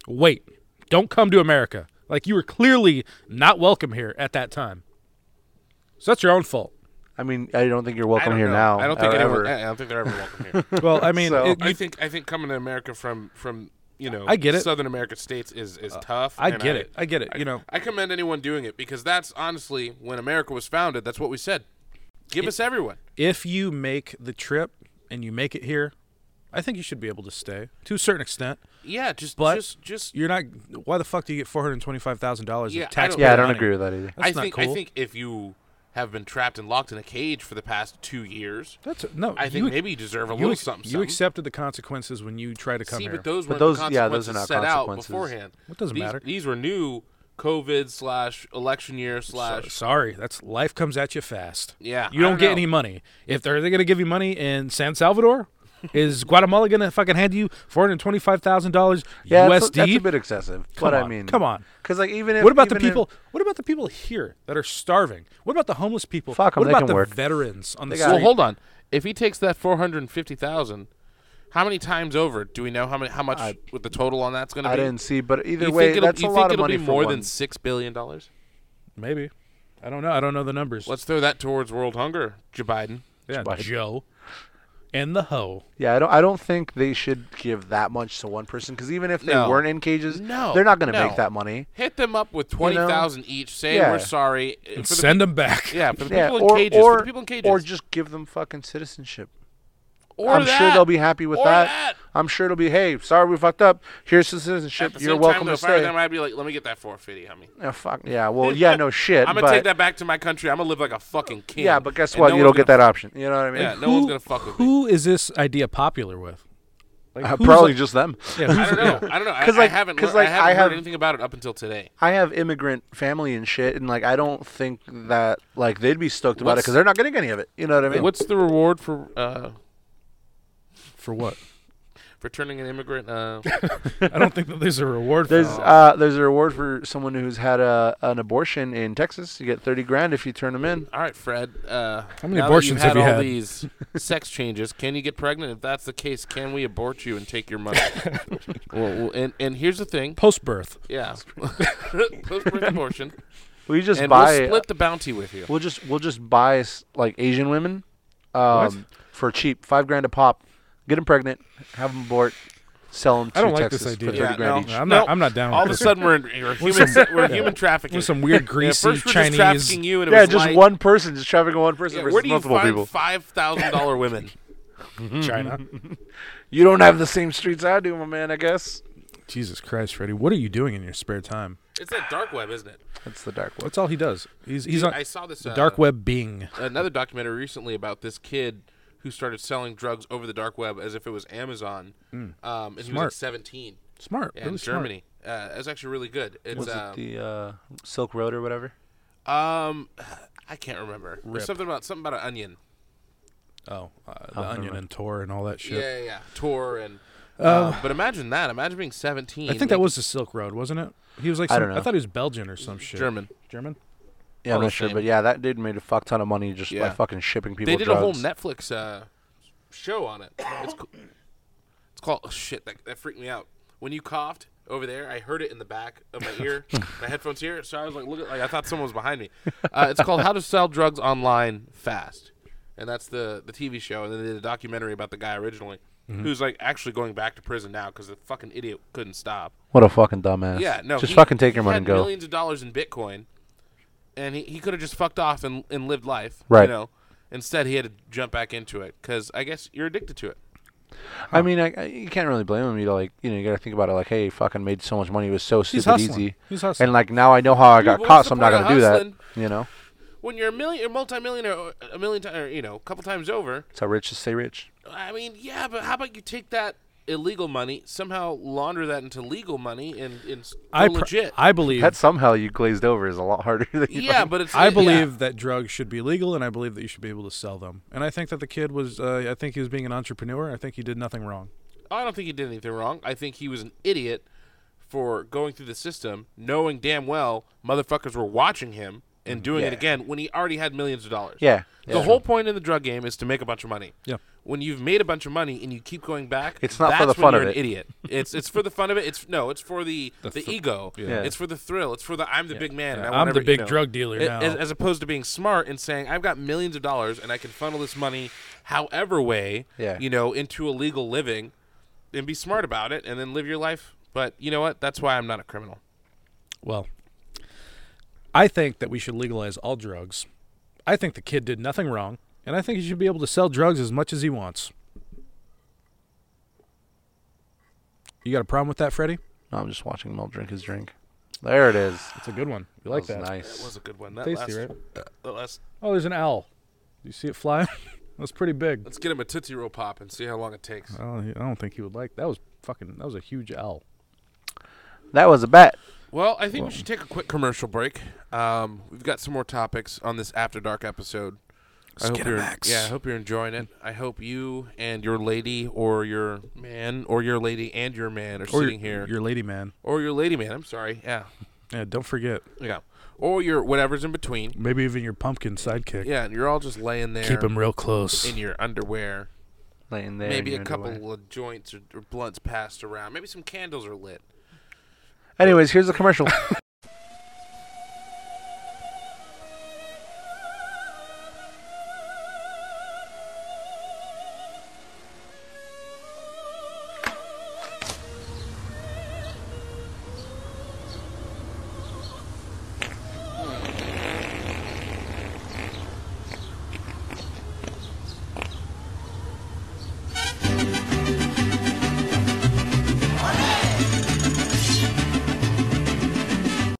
[SPEAKER 2] Wait. Don't come to America. Like you were clearly not welcome here at that time. So that's your own fault.
[SPEAKER 3] I mean, I don't think you're
[SPEAKER 1] I
[SPEAKER 3] welcome
[SPEAKER 1] don't
[SPEAKER 3] here
[SPEAKER 1] know.
[SPEAKER 2] Oh,
[SPEAKER 3] now.
[SPEAKER 1] I don't think eh,
[SPEAKER 3] or
[SPEAKER 1] anyone.
[SPEAKER 3] ever.
[SPEAKER 1] I don't think they're ever welcome here.
[SPEAKER 2] Well, I mean,
[SPEAKER 3] So-
[SPEAKER 2] it-
[SPEAKER 1] I think I think coming to America from from you know
[SPEAKER 2] I get it. Uh,
[SPEAKER 1] Southern American states is is tough.
[SPEAKER 2] I
[SPEAKER 1] and
[SPEAKER 2] get it. I get it. You know.
[SPEAKER 1] I commend anyone doing it because that's honestly when America was founded. That's what we said. Give us everyone.
[SPEAKER 2] if you make the trip and you make it here, I think you should be able to stay to a certain extent.
[SPEAKER 1] Yeah, just
[SPEAKER 2] But
[SPEAKER 1] just just.
[SPEAKER 2] You're not. Why the fuck do you get four hundred twenty-five thousand dollars
[SPEAKER 1] Yeah, I
[SPEAKER 2] of
[SPEAKER 1] don't-
[SPEAKER 2] taxpayer
[SPEAKER 3] yeah, I don't
[SPEAKER 2] money?
[SPEAKER 3] agree with that either.
[SPEAKER 2] That's
[SPEAKER 1] I
[SPEAKER 2] not
[SPEAKER 1] think I
[SPEAKER 2] cool.
[SPEAKER 1] think if you have been trapped and locked in a cage for the past two years,
[SPEAKER 2] That's no.
[SPEAKER 1] I think
[SPEAKER 2] you,
[SPEAKER 1] maybe you deserve a
[SPEAKER 2] you
[SPEAKER 1] little
[SPEAKER 2] ex-
[SPEAKER 1] something.
[SPEAKER 2] You
[SPEAKER 1] something.
[SPEAKER 2] accepted the consequences when you try to come
[SPEAKER 1] See,
[SPEAKER 2] here.
[SPEAKER 1] but those were
[SPEAKER 3] those-
[SPEAKER 1] the consequences
[SPEAKER 3] yeah, those are not
[SPEAKER 1] set
[SPEAKER 3] consequences.
[SPEAKER 1] out beforehand.
[SPEAKER 2] It doesn't
[SPEAKER 1] these,
[SPEAKER 2] matter.
[SPEAKER 1] These were new COVID slash election year
[SPEAKER 2] So-
[SPEAKER 1] slash
[SPEAKER 2] Sorry, that's life comes at you fast.
[SPEAKER 1] Yeah,
[SPEAKER 2] you don't,
[SPEAKER 1] I don't
[SPEAKER 2] get
[SPEAKER 1] know.
[SPEAKER 2] any money. If they're, they going to give you money in San Salvador, is Guatemala going to fucking hand you four hundred twenty-five thousand dollars
[SPEAKER 3] Yeah,
[SPEAKER 2] USD?
[SPEAKER 3] that's a, that's a bit excessive. but I
[SPEAKER 2] on,
[SPEAKER 3] mean,
[SPEAKER 2] come on.
[SPEAKER 3] Because like even if
[SPEAKER 2] What about the
[SPEAKER 3] even if-
[SPEAKER 2] people? What about the people here that are starving? What about the homeless people?
[SPEAKER 3] Fuck 'em,
[SPEAKER 2] what
[SPEAKER 3] they
[SPEAKER 2] about
[SPEAKER 3] can
[SPEAKER 2] the
[SPEAKER 3] work.
[SPEAKER 2] veterans on the
[SPEAKER 3] got-
[SPEAKER 1] Well,
[SPEAKER 2] street?
[SPEAKER 1] hold on. If he takes that four hundred and fifty thousand, how many times over do we know how many how much what the total on that's going to be?
[SPEAKER 3] I didn't see, but either
[SPEAKER 1] You
[SPEAKER 3] way,
[SPEAKER 1] think it'll,
[SPEAKER 3] that's
[SPEAKER 1] you
[SPEAKER 3] a
[SPEAKER 1] think
[SPEAKER 3] lot of
[SPEAKER 1] it'll
[SPEAKER 3] money
[SPEAKER 1] be
[SPEAKER 3] for
[SPEAKER 1] more
[SPEAKER 3] one.
[SPEAKER 1] than six billion dollars?
[SPEAKER 2] Maybe. I don't know. I don't know the numbers.
[SPEAKER 1] Let's throw that towards world hunger, Joe Biden.
[SPEAKER 2] yeah, Joe and the hoe.
[SPEAKER 3] Yeah, I don't. I don't think they should give that much to one person because even if they
[SPEAKER 1] No.
[SPEAKER 3] weren't in cages,
[SPEAKER 1] No,
[SPEAKER 3] they're not going to
[SPEAKER 1] no.
[SPEAKER 3] make that money.
[SPEAKER 1] Hit them up with twenty thousand each. Say
[SPEAKER 3] yeah.
[SPEAKER 1] we're sorry. uh, for the,
[SPEAKER 2] Send them back.
[SPEAKER 1] yeah, for the
[SPEAKER 3] Yeah,
[SPEAKER 1] people in
[SPEAKER 3] or
[SPEAKER 1] cages.
[SPEAKER 3] or
[SPEAKER 1] for the people in cages.
[SPEAKER 3] or just give them fucking citizenship.
[SPEAKER 1] Or
[SPEAKER 3] I'm sure
[SPEAKER 1] that.
[SPEAKER 3] they'll be happy with
[SPEAKER 1] Or
[SPEAKER 3] that.
[SPEAKER 1] that.
[SPEAKER 3] I'm sure it'll be, hey, sorry we fucked up. Here's the
[SPEAKER 1] At
[SPEAKER 3] citizenship.
[SPEAKER 1] the
[SPEAKER 3] You're
[SPEAKER 1] same
[SPEAKER 3] welcome
[SPEAKER 1] time,
[SPEAKER 3] to
[SPEAKER 1] though, if I were
[SPEAKER 3] stay.
[SPEAKER 1] them, I'd be like, let me get that 450, homie.
[SPEAKER 3] Yeah, fuck. Yeah. Well, yeah. No shit.
[SPEAKER 1] I'm gonna
[SPEAKER 3] but,
[SPEAKER 1] take that back to my country. I'm gonna live like a fucking king.
[SPEAKER 3] Yeah, but guess
[SPEAKER 1] And
[SPEAKER 3] what?
[SPEAKER 1] no
[SPEAKER 3] you
[SPEAKER 1] one's
[SPEAKER 3] don't get
[SPEAKER 1] gonna
[SPEAKER 3] that option. You know what I mean?
[SPEAKER 1] Yeah, no one's gonna fuck with me.
[SPEAKER 2] Who is this idea popular with? Like,
[SPEAKER 3] Uh,
[SPEAKER 2] who's
[SPEAKER 3] probably
[SPEAKER 2] a-
[SPEAKER 3] just them.
[SPEAKER 2] yeah, who's
[SPEAKER 1] I
[SPEAKER 2] a-
[SPEAKER 1] don't know. I don't know. I,
[SPEAKER 3] 'Cause,
[SPEAKER 1] I
[SPEAKER 3] like-
[SPEAKER 1] haven't.
[SPEAKER 3] 'cause,
[SPEAKER 1] lear-
[SPEAKER 3] like,
[SPEAKER 1] I haven't
[SPEAKER 3] I
[SPEAKER 1] heard
[SPEAKER 3] have-
[SPEAKER 1] anything about it up until today.
[SPEAKER 3] I have immigrant family and shit, and like I don't think that like they'd be stoked about it
[SPEAKER 1] What's-
[SPEAKER 3] because they're not getting any of it. You know what I mean?
[SPEAKER 1] What's the reward for uh,
[SPEAKER 2] for what?
[SPEAKER 1] for turning an immigrant? Uh,
[SPEAKER 2] I don't think that there's a reward.
[SPEAKER 3] There's
[SPEAKER 2] for that.
[SPEAKER 3] uh, there's a reward for someone who's had a an abortion in Texas. You get thirty grand if you turn them in.
[SPEAKER 1] all right, Fred. Uh,
[SPEAKER 2] many
[SPEAKER 1] now that
[SPEAKER 2] abortions
[SPEAKER 1] you've
[SPEAKER 2] have you
[SPEAKER 1] all
[SPEAKER 2] had?
[SPEAKER 1] These sex changes. Can you get pregnant? If that's the case, can we abort you and take your money? well, well, and and here's the thing.
[SPEAKER 2] post birth.
[SPEAKER 1] Yeah, post-birth abortion,
[SPEAKER 3] We just
[SPEAKER 1] and
[SPEAKER 3] buy.
[SPEAKER 1] we'll split the bounty with you.
[SPEAKER 3] we'll just we'll just buy s- like Asian women, um, for cheap, five grand a pop. Get them pregnant, have them abort, sell them to
[SPEAKER 2] I don't like
[SPEAKER 3] Texas
[SPEAKER 2] this idea.
[SPEAKER 3] for
[SPEAKER 2] Yeah,
[SPEAKER 3] thirty grand
[SPEAKER 2] no.
[SPEAKER 3] each.
[SPEAKER 2] I'm not- I'm not down
[SPEAKER 1] All of a
[SPEAKER 2] with this.
[SPEAKER 1] sudden, we're, in, we're human. we're human trafficking.
[SPEAKER 2] With some weird
[SPEAKER 1] Yeah,
[SPEAKER 2] greasy
[SPEAKER 1] first we're just
[SPEAKER 2] Chinese.
[SPEAKER 1] trafficking you, and it
[SPEAKER 3] Yeah,
[SPEAKER 1] was
[SPEAKER 3] just
[SPEAKER 1] light.
[SPEAKER 3] one person, just trafficking one person
[SPEAKER 1] Yeah,
[SPEAKER 3] versus
[SPEAKER 1] where do you
[SPEAKER 3] multiple
[SPEAKER 1] find
[SPEAKER 3] people.
[SPEAKER 1] five thousand dollar women?
[SPEAKER 2] China.
[SPEAKER 3] you don't have the same streets I do, my man. I guess
[SPEAKER 2] Jesus Christ, Freddie, what are you doing in your spare time?
[SPEAKER 1] It's that dark web, isn't it?
[SPEAKER 3] that's the dark one.
[SPEAKER 2] That's all he does. He's he's on
[SPEAKER 1] I saw this
[SPEAKER 2] the
[SPEAKER 1] uh,
[SPEAKER 2] dark web being.
[SPEAKER 1] another documentary recently about this kid who started selling drugs over the dark web as if it was Amazon. Um, and he was like
[SPEAKER 2] Hmm. Smart.
[SPEAKER 1] 17
[SPEAKER 2] Smart.
[SPEAKER 1] yeah, in
[SPEAKER 2] really smart.
[SPEAKER 1] Germany. Uh, that's actually really good. It's
[SPEAKER 3] Was
[SPEAKER 1] um,
[SPEAKER 3] it the uh, Silk Road or whatever?
[SPEAKER 1] um, I can't remember. There's
[SPEAKER 2] Rip.
[SPEAKER 1] something about something about an onion.
[SPEAKER 2] Oh, uh, the Onion and Tor and all that shit.
[SPEAKER 1] Yeah, yeah, yeah. Tor and. Uh, but imagine that. Imagine being 17.
[SPEAKER 2] I think that was the Silk Road, wasn't it? He was like,
[SPEAKER 3] I
[SPEAKER 2] some,
[SPEAKER 3] don't know.
[SPEAKER 2] thought he was Belgian or some shit.
[SPEAKER 1] German.
[SPEAKER 2] German.
[SPEAKER 3] Yeah, I'm
[SPEAKER 1] All
[SPEAKER 3] not
[SPEAKER 1] the
[SPEAKER 3] sure,
[SPEAKER 1] same.
[SPEAKER 3] but yeah, that dude made a fuck ton of money just by
[SPEAKER 1] Yeah.
[SPEAKER 3] fucking shipping people.
[SPEAKER 1] They did
[SPEAKER 3] drugs.
[SPEAKER 1] a whole Netflix uh, show on it. It's, co- it's called oh, shit. That, that freaked me out. When you coughed over there, I heard it in the back of my ear. my headphones here, so I was like, look at like I thought someone was behind me. Uh, it's called How to Sell Drugs Online Fast, and that's the the TV show. And then they did a documentary about the guy originally,
[SPEAKER 3] Mm-hmm.
[SPEAKER 1] who's like actually going back to prison now because the fucking idiot couldn't stop.
[SPEAKER 3] What a fucking dumbass.
[SPEAKER 1] Yeah, no.
[SPEAKER 3] Just
[SPEAKER 1] he-
[SPEAKER 3] fucking take
[SPEAKER 1] he
[SPEAKER 3] your money
[SPEAKER 1] had
[SPEAKER 3] and go.
[SPEAKER 1] Millions of dollars in Bitcoin, and he, he could have just fucked off and, and lived life.
[SPEAKER 3] Right.
[SPEAKER 1] You know. Instead, he had to jump back into it because I guess you're addicted to it.
[SPEAKER 3] I mean, I, I, you can't really blame him. You know, like, you know, you gotta think about it. Like, hey, he fucking made so much money. It was so
[SPEAKER 2] He's
[SPEAKER 3] stupid
[SPEAKER 2] hustling.
[SPEAKER 3] easy.
[SPEAKER 2] He's hustling.
[SPEAKER 3] And like now, I know how I got
[SPEAKER 1] but
[SPEAKER 3] caught,
[SPEAKER 1] what's
[SPEAKER 3] so
[SPEAKER 1] the
[SPEAKER 3] I'm not
[SPEAKER 1] point
[SPEAKER 3] gonna do
[SPEAKER 1] of
[SPEAKER 3] that.
[SPEAKER 1] hustling?
[SPEAKER 3] You know,
[SPEAKER 1] When you're a million, or multimillionaire, or a million times, or you know, a couple times over.
[SPEAKER 3] it's how rich to stay rich.
[SPEAKER 1] I mean, yeah, but how about you take that illegal money, somehow launder that into legal money, and, and s-
[SPEAKER 2] I
[SPEAKER 1] go
[SPEAKER 2] pr-
[SPEAKER 1] legit.
[SPEAKER 2] I believe.
[SPEAKER 3] That somehow you glazed over is a lot harder than you.
[SPEAKER 1] yeah,
[SPEAKER 3] think.
[SPEAKER 1] but it's
[SPEAKER 2] I
[SPEAKER 1] yeah.
[SPEAKER 2] believe that drugs should be legal, and I believe that you should be able to sell them. And I think that the kid was. Uh, I think he was being an entrepreneur. I think he did nothing wrong.
[SPEAKER 1] I don't think he did anything wrong. I think he was an idiot for going through the system, knowing damn well motherfuckers were watching him and doing it
[SPEAKER 3] Yeah.
[SPEAKER 1] again when he already had millions of dollars.
[SPEAKER 3] Yeah,
[SPEAKER 1] the
[SPEAKER 3] yeah.
[SPEAKER 1] whole point in the drug game is to make a bunch of money.
[SPEAKER 2] Yeah.
[SPEAKER 1] When you've made a bunch of money and you keep going back,
[SPEAKER 3] It's not for
[SPEAKER 1] that's
[SPEAKER 3] the
[SPEAKER 1] when
[SPEAKER 3] fun of
[SPEAKER 1] you're an
[SPEAKER 3] it.
[SPEAKER 1] Idiot. It's it's for the fun of it. It's no, it's for the the,
[SPEAKER 2] thr-
[SPEAKER 1] ego.
[SPEAKER 2] Yeah.
[SPEAKER 1] It's for the thrill. It's for the I'm the big man. And I
[SPEAKER 2] I'm
[SPEAKER 1] want
[SPEAKER 2] the
[SPEAKER 1] every- you
[SPEAKER 2] big
[SPEAKER 1] know.
[SPEAKER 2] drug dealer
[SPEAKER 1] A-
[SPEAKER 2] now.
[SPEAKER 1] As, as opposed to being smart and saying I've got millions of dollars and I can funnel this money however way,
[SPEAKER 3] Yeah.
[SPEAKER 1] you know, into a legal living, and be smart about it, and then live your life. But you know what? That's why I'm not a criminal.
[SPEAKER 2] Well, I think that we should legalize all drugs. I think the kid did nothing wrong, and I think he should be able to sell drugs as much as he wants. You got a problem with that, Freddie?
[SPEAKER 3] No, I'm just watching Mel drink his drink. There it is.
[SPEAKER 2] That's a good one. You
[SPEAKER 3] That
[SPEAKER 2] like
[SPEAKER 3] was
[SPEAKER 2] that?
[SPEAKER 1] That
[SPEAKER 3] nice.
[SPEAKER 1] was a good one. That
[SPEAKER 2] Tasty,
[SPEAKER 1] last,
[SPEAKER 2] right?
[SPEAKER 1] that last-
[SPEAKER 2] Oh, there's an owl. You see it fly? That's pretty big.
[SPEAKER 1] Let's get him a tootsie roll pop and see how long it takes.
[SPEAKER 2] Oh, he- I don't think he would like. That was fucking. That was a huge owl.
[SPEAKER 3] That was a bet.
[SPEAKER 1] Well, I think we should take a quick commercial break. Um, we've got some more topics on this After Dark episode. I hope you're,
[SPEAKER 2] Skinamax.
[SPEAKER 1] yeah, I hope you're enjoying it. I hope you and your lady or your man or your lady and your man are sitting
[SPEAKER 2] your,
[SPEAKER 1] here.
[SPEAKER 2] your lady man.
[SPEAKER 1] or your lady man, I'm sorry. Yeah.
[SPEAKER 2] Yeah, don't forget.
[SPEAKER 1] Yeah. Or your whatever's in between.
[SPEAKER 2] Maybe even your pumpkin sidekick.
[SPEAKER 1] Yeah, and you're all just laying there
[SPEAKER 2] Keep him real close.
[SPEAKER 1] in your underwear.
[SPEAKER 3] Laying there.
[SPEAKER 1] Maybe
[SPEAKER 3] in
[SPEAKER 1] a
[SPEAKER 3] your
[SPEAKER 1] couple
[SPEAKER 3] underwear.
[SPEAKER 1] of joints or, or blunts passed around. Maybe some candles are lit.
[SPEAKER 3] Anyways, here's a commercial.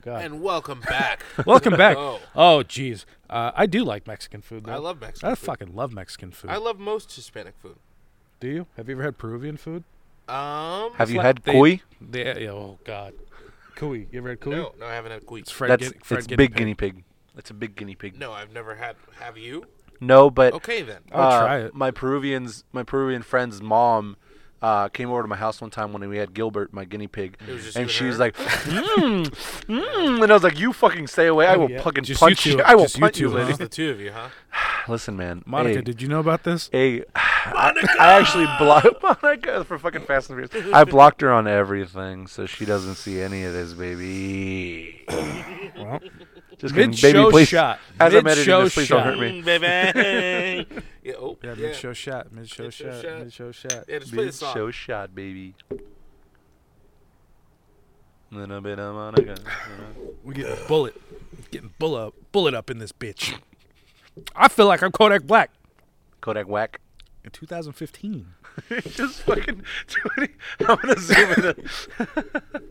[SPEAKER 2] God.
[SPEAKER 1] And welcome back.
[SPEAKER 2] Welcome back.
[SPEAKER 1] Oh.
[SPEAKER 2] Oh, jeez. Uh, I do like Mexican food, though.
[SPEAKER 1] I love Mexican
[SPEAKER 2] I
[SPEAKER 1] food.
[SPEAKER 2] fucking love Mexican food.
[SPEAKER 1] I love most Hispanic food.
[SPEAKER 2] do you? Have you ever had Peruvian food?
[SPEAKER 1] Um,
[SPEAKER 3] Have you
[SPEAKER 2] like
[SPEAKER 3] had
[SPEAKER 2] they-
[SPEAKER 3] koi?
[SPEAKER 2] They, yeah, oh, God. Cuy. You ever had cuy?
[SPEAKER 1] no, no, I haven't had cuy.
[SPEAKER 2] It's fried,
[SPEAKER 3] That's
[SPEAKER 2] guinea- fried
[SPEAKER 3] it's
[SPEAKER 2] guinea
[SPEAKER 3] big
[SPEAKER 2] pig.
[SPEAKER 3] guinea pig. That's a big guinea pig.
[SPEAKER 1] No, I've never had. Have you?
[SPEAKER 3] No, but
[SPEAKER 1] Okay then.
[SPEAKER 2] I would
[SPEAKER 3] uh,
[SPEAKER 2] try it.
[SPEAKER 3] My Peruvians, my Peruvian friend's mom. Uh, came over to my house one time when we had Gilbert, my guinea pig,
[SPEAKER 1] was just you
[SPEAKER 3] and
[SPEAKER 1] and
[SPEAKER 3] she was
[SPEAKER 1] her?
[SPEAKER 3] like, mm, mm, and I was like, "You fucking stay away! I
[SPEAKER 2] Oh,
[SPEAKER 3] will
[SPEAKER 2] yeah.
[SPEAKER 3] fucking
[SPEAKER 2] Just you
[SPEAKER 3] punch you!
[SPEAKER 2] two.
[SPEAKER 3] I will
[SPEAKER 2] Just you
[SPEAKER 3] punch you,
[SPEAKER 2] two,
[SPEAKER 3] lady!"
[SPEAKER 1] Just the two of you, huh?
[SPEAKER 3] Listen, man,
[SPEAKER 2] Monica,
[SPEAKER 3] hey,
[SPEAKER 2] did you know about this?
[SPEAKER 3] Hey, I actually blocked Monica for fucking Fast and Furious. I blocked her on everything, so she doesn't see any of this, baby.
[SPEAKER 2] Well,
[SPEAKER 3] Just kidding,
[SPEAKER 2] Mid-show
[SPEAKER 3] baby. Please,
[SPEAKER 2] shot.
[SPEAKER 3] as I'm editing
[SPEAKER 2] Mid-show
[SPEAKER 3] this, please
[SPEAKER 2] shot.
[SPEAKER 3] don't hurt me.
[SPEAKER 1] baby. yeah, oh,
[SPEAKER 2] yeah,
[SPEAKER 1] yeah.
[SPEAKER 2] mid show shot. Mid show
[SPEAKER 1] Mid-show
[SPEAKER 2] shot.
[SPEAKER 1] shot.
[SPEAKER 2] Mid show shot.
[SPEAKER 1] Yeah, just play the song.
[SPEAKER 3] Mid-show shot, baby. Little bit of Monica.
[SPEAKER 2] We getting bullet. Getting bullet, bullet up in this bitch. I feel like I'm Kodak Black
[SPEAKER 3] Kodak whack.
[SPEAKER 2] in 2015.
[SPEAKER 3] Just fucking. I'm gonna zoom in. that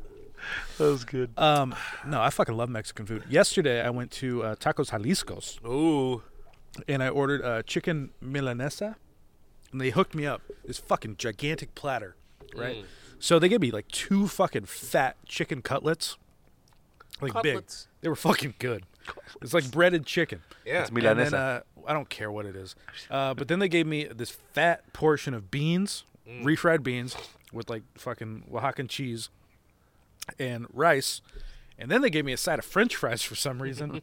[SPEAKER 3] was good.
[SPEAKER 2] Um, no, I fucking love Mexican food. Yesterday, I went to uh, Tacos Jalisco's.
[SPEAKER 1] Ooh,
[SPEAKER 2] and I ordered a chicken milanesa, and they hooked me up this fucking gigantic platter, right? So they gave me like two fucking fat chicken cutlets, like
[SPEAKER 1] Cutlets.
[SPEAKER 2] big. They were fucking good. It's like breaded chicken.
[SPEAKER 1] yeah.
[SPEAKER 3] It's me.
[SPEAKER 2] And then,
[SPEAKER 3] Milanesa.
[SPEAKER 2] uh, I don't care what it is, uh, but then they gave me this fat portion of beans, refried beans with like fucking Oaxacan cheese, and rice. And then they gave me a side of French fries for some reason.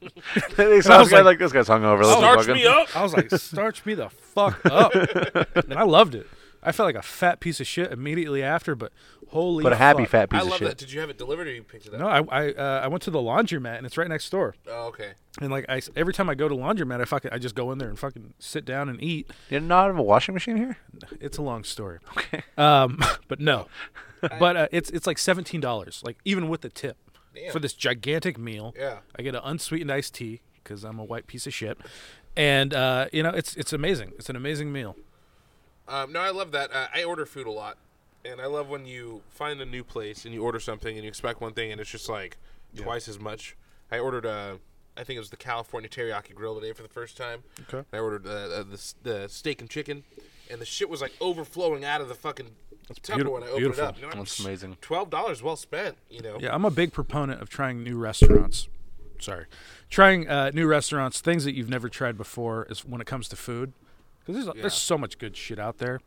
[SPEAKER 3] they saw
[SPEAKER 2] was
[SPEAKER 3] this guy
[SPEAKER 2] like-
[SPEAKER 3] like this guy's hungover. Let's
[SPEAKER 1] Starch
[SPEAKER 3] fucking-
[SPEAKER 1] Oh, me up.
[SPEAKER 2] I was like, starch me the fuck up. and I loved it. I felt like a fat piece of shit immediately after, but holy
[SPEAKER 3] But a happy
[SPEAKER 2] fuck.
[SPEAKER 3] fat piece
[SPEAKER 1] I
[SPEAKER 3] of
[SPEAKER 1] love
[SPEAKER 3] shit.
[SPEAKER 1] that. Did you have it delivered or you picked it up?
[SPEAKER 2] No, I I, uh, I went to the laundromat and it's right next door.
[SPEAKER 1] Oh, okay.
[SPEAKER 2] And like I s- every time I go to laundromat, I fucking I just go in there and fucking sit down and eat.
[SPEAKER 3] You not have a washing machine here?
[SPEAKER 2] It's a long story. Okay. Um, but no, but uh, it's it's like seventeen dollars, like even with the tip,
[SPEAKER 1] Damn.
[SPEAKER 2] for this gigantic meal.
[SPEAKER 1] Yeah.
[SPEAKER 2] I get an unsweetened iced tea because I'm a white piece of shit, and uh, you know it's it's amazing. It's an amazing meal.
[SPEAKER 1] Um, no, I love that. Uh, I order food a lot, and I love when you find a new place and you order something and you expect one thing and it's just like twice as much. I ordered uh, I think it was the California teriyaki grill today for the first time. Okay. I ordered uh, uh, the s- the steak and chicken, and the shit was like overflowing out of the fucking Tupperware
[SPEAKER 2] beauti-
[SPEAKER 1] when I opened
[SPEAKER 2] beautiful.
[SPEAKER 1] it up. You know, I'm
[SPEAKER 3] That's
[SPEAKER 1] just-
[SPEAKER 3] amazing.
[SPEAKER 1] Twelve dollars well spent. You know.
[SPEAKER 2] Yeah, I'm a big proponent of trying new restaurants. Sorry, trying uh, new restaurants, things that you've never tried before, is when it comes to food, because there's,
[SPEAKER 1] Yeah.
[SPEAKER 2] there's so much good shit out there.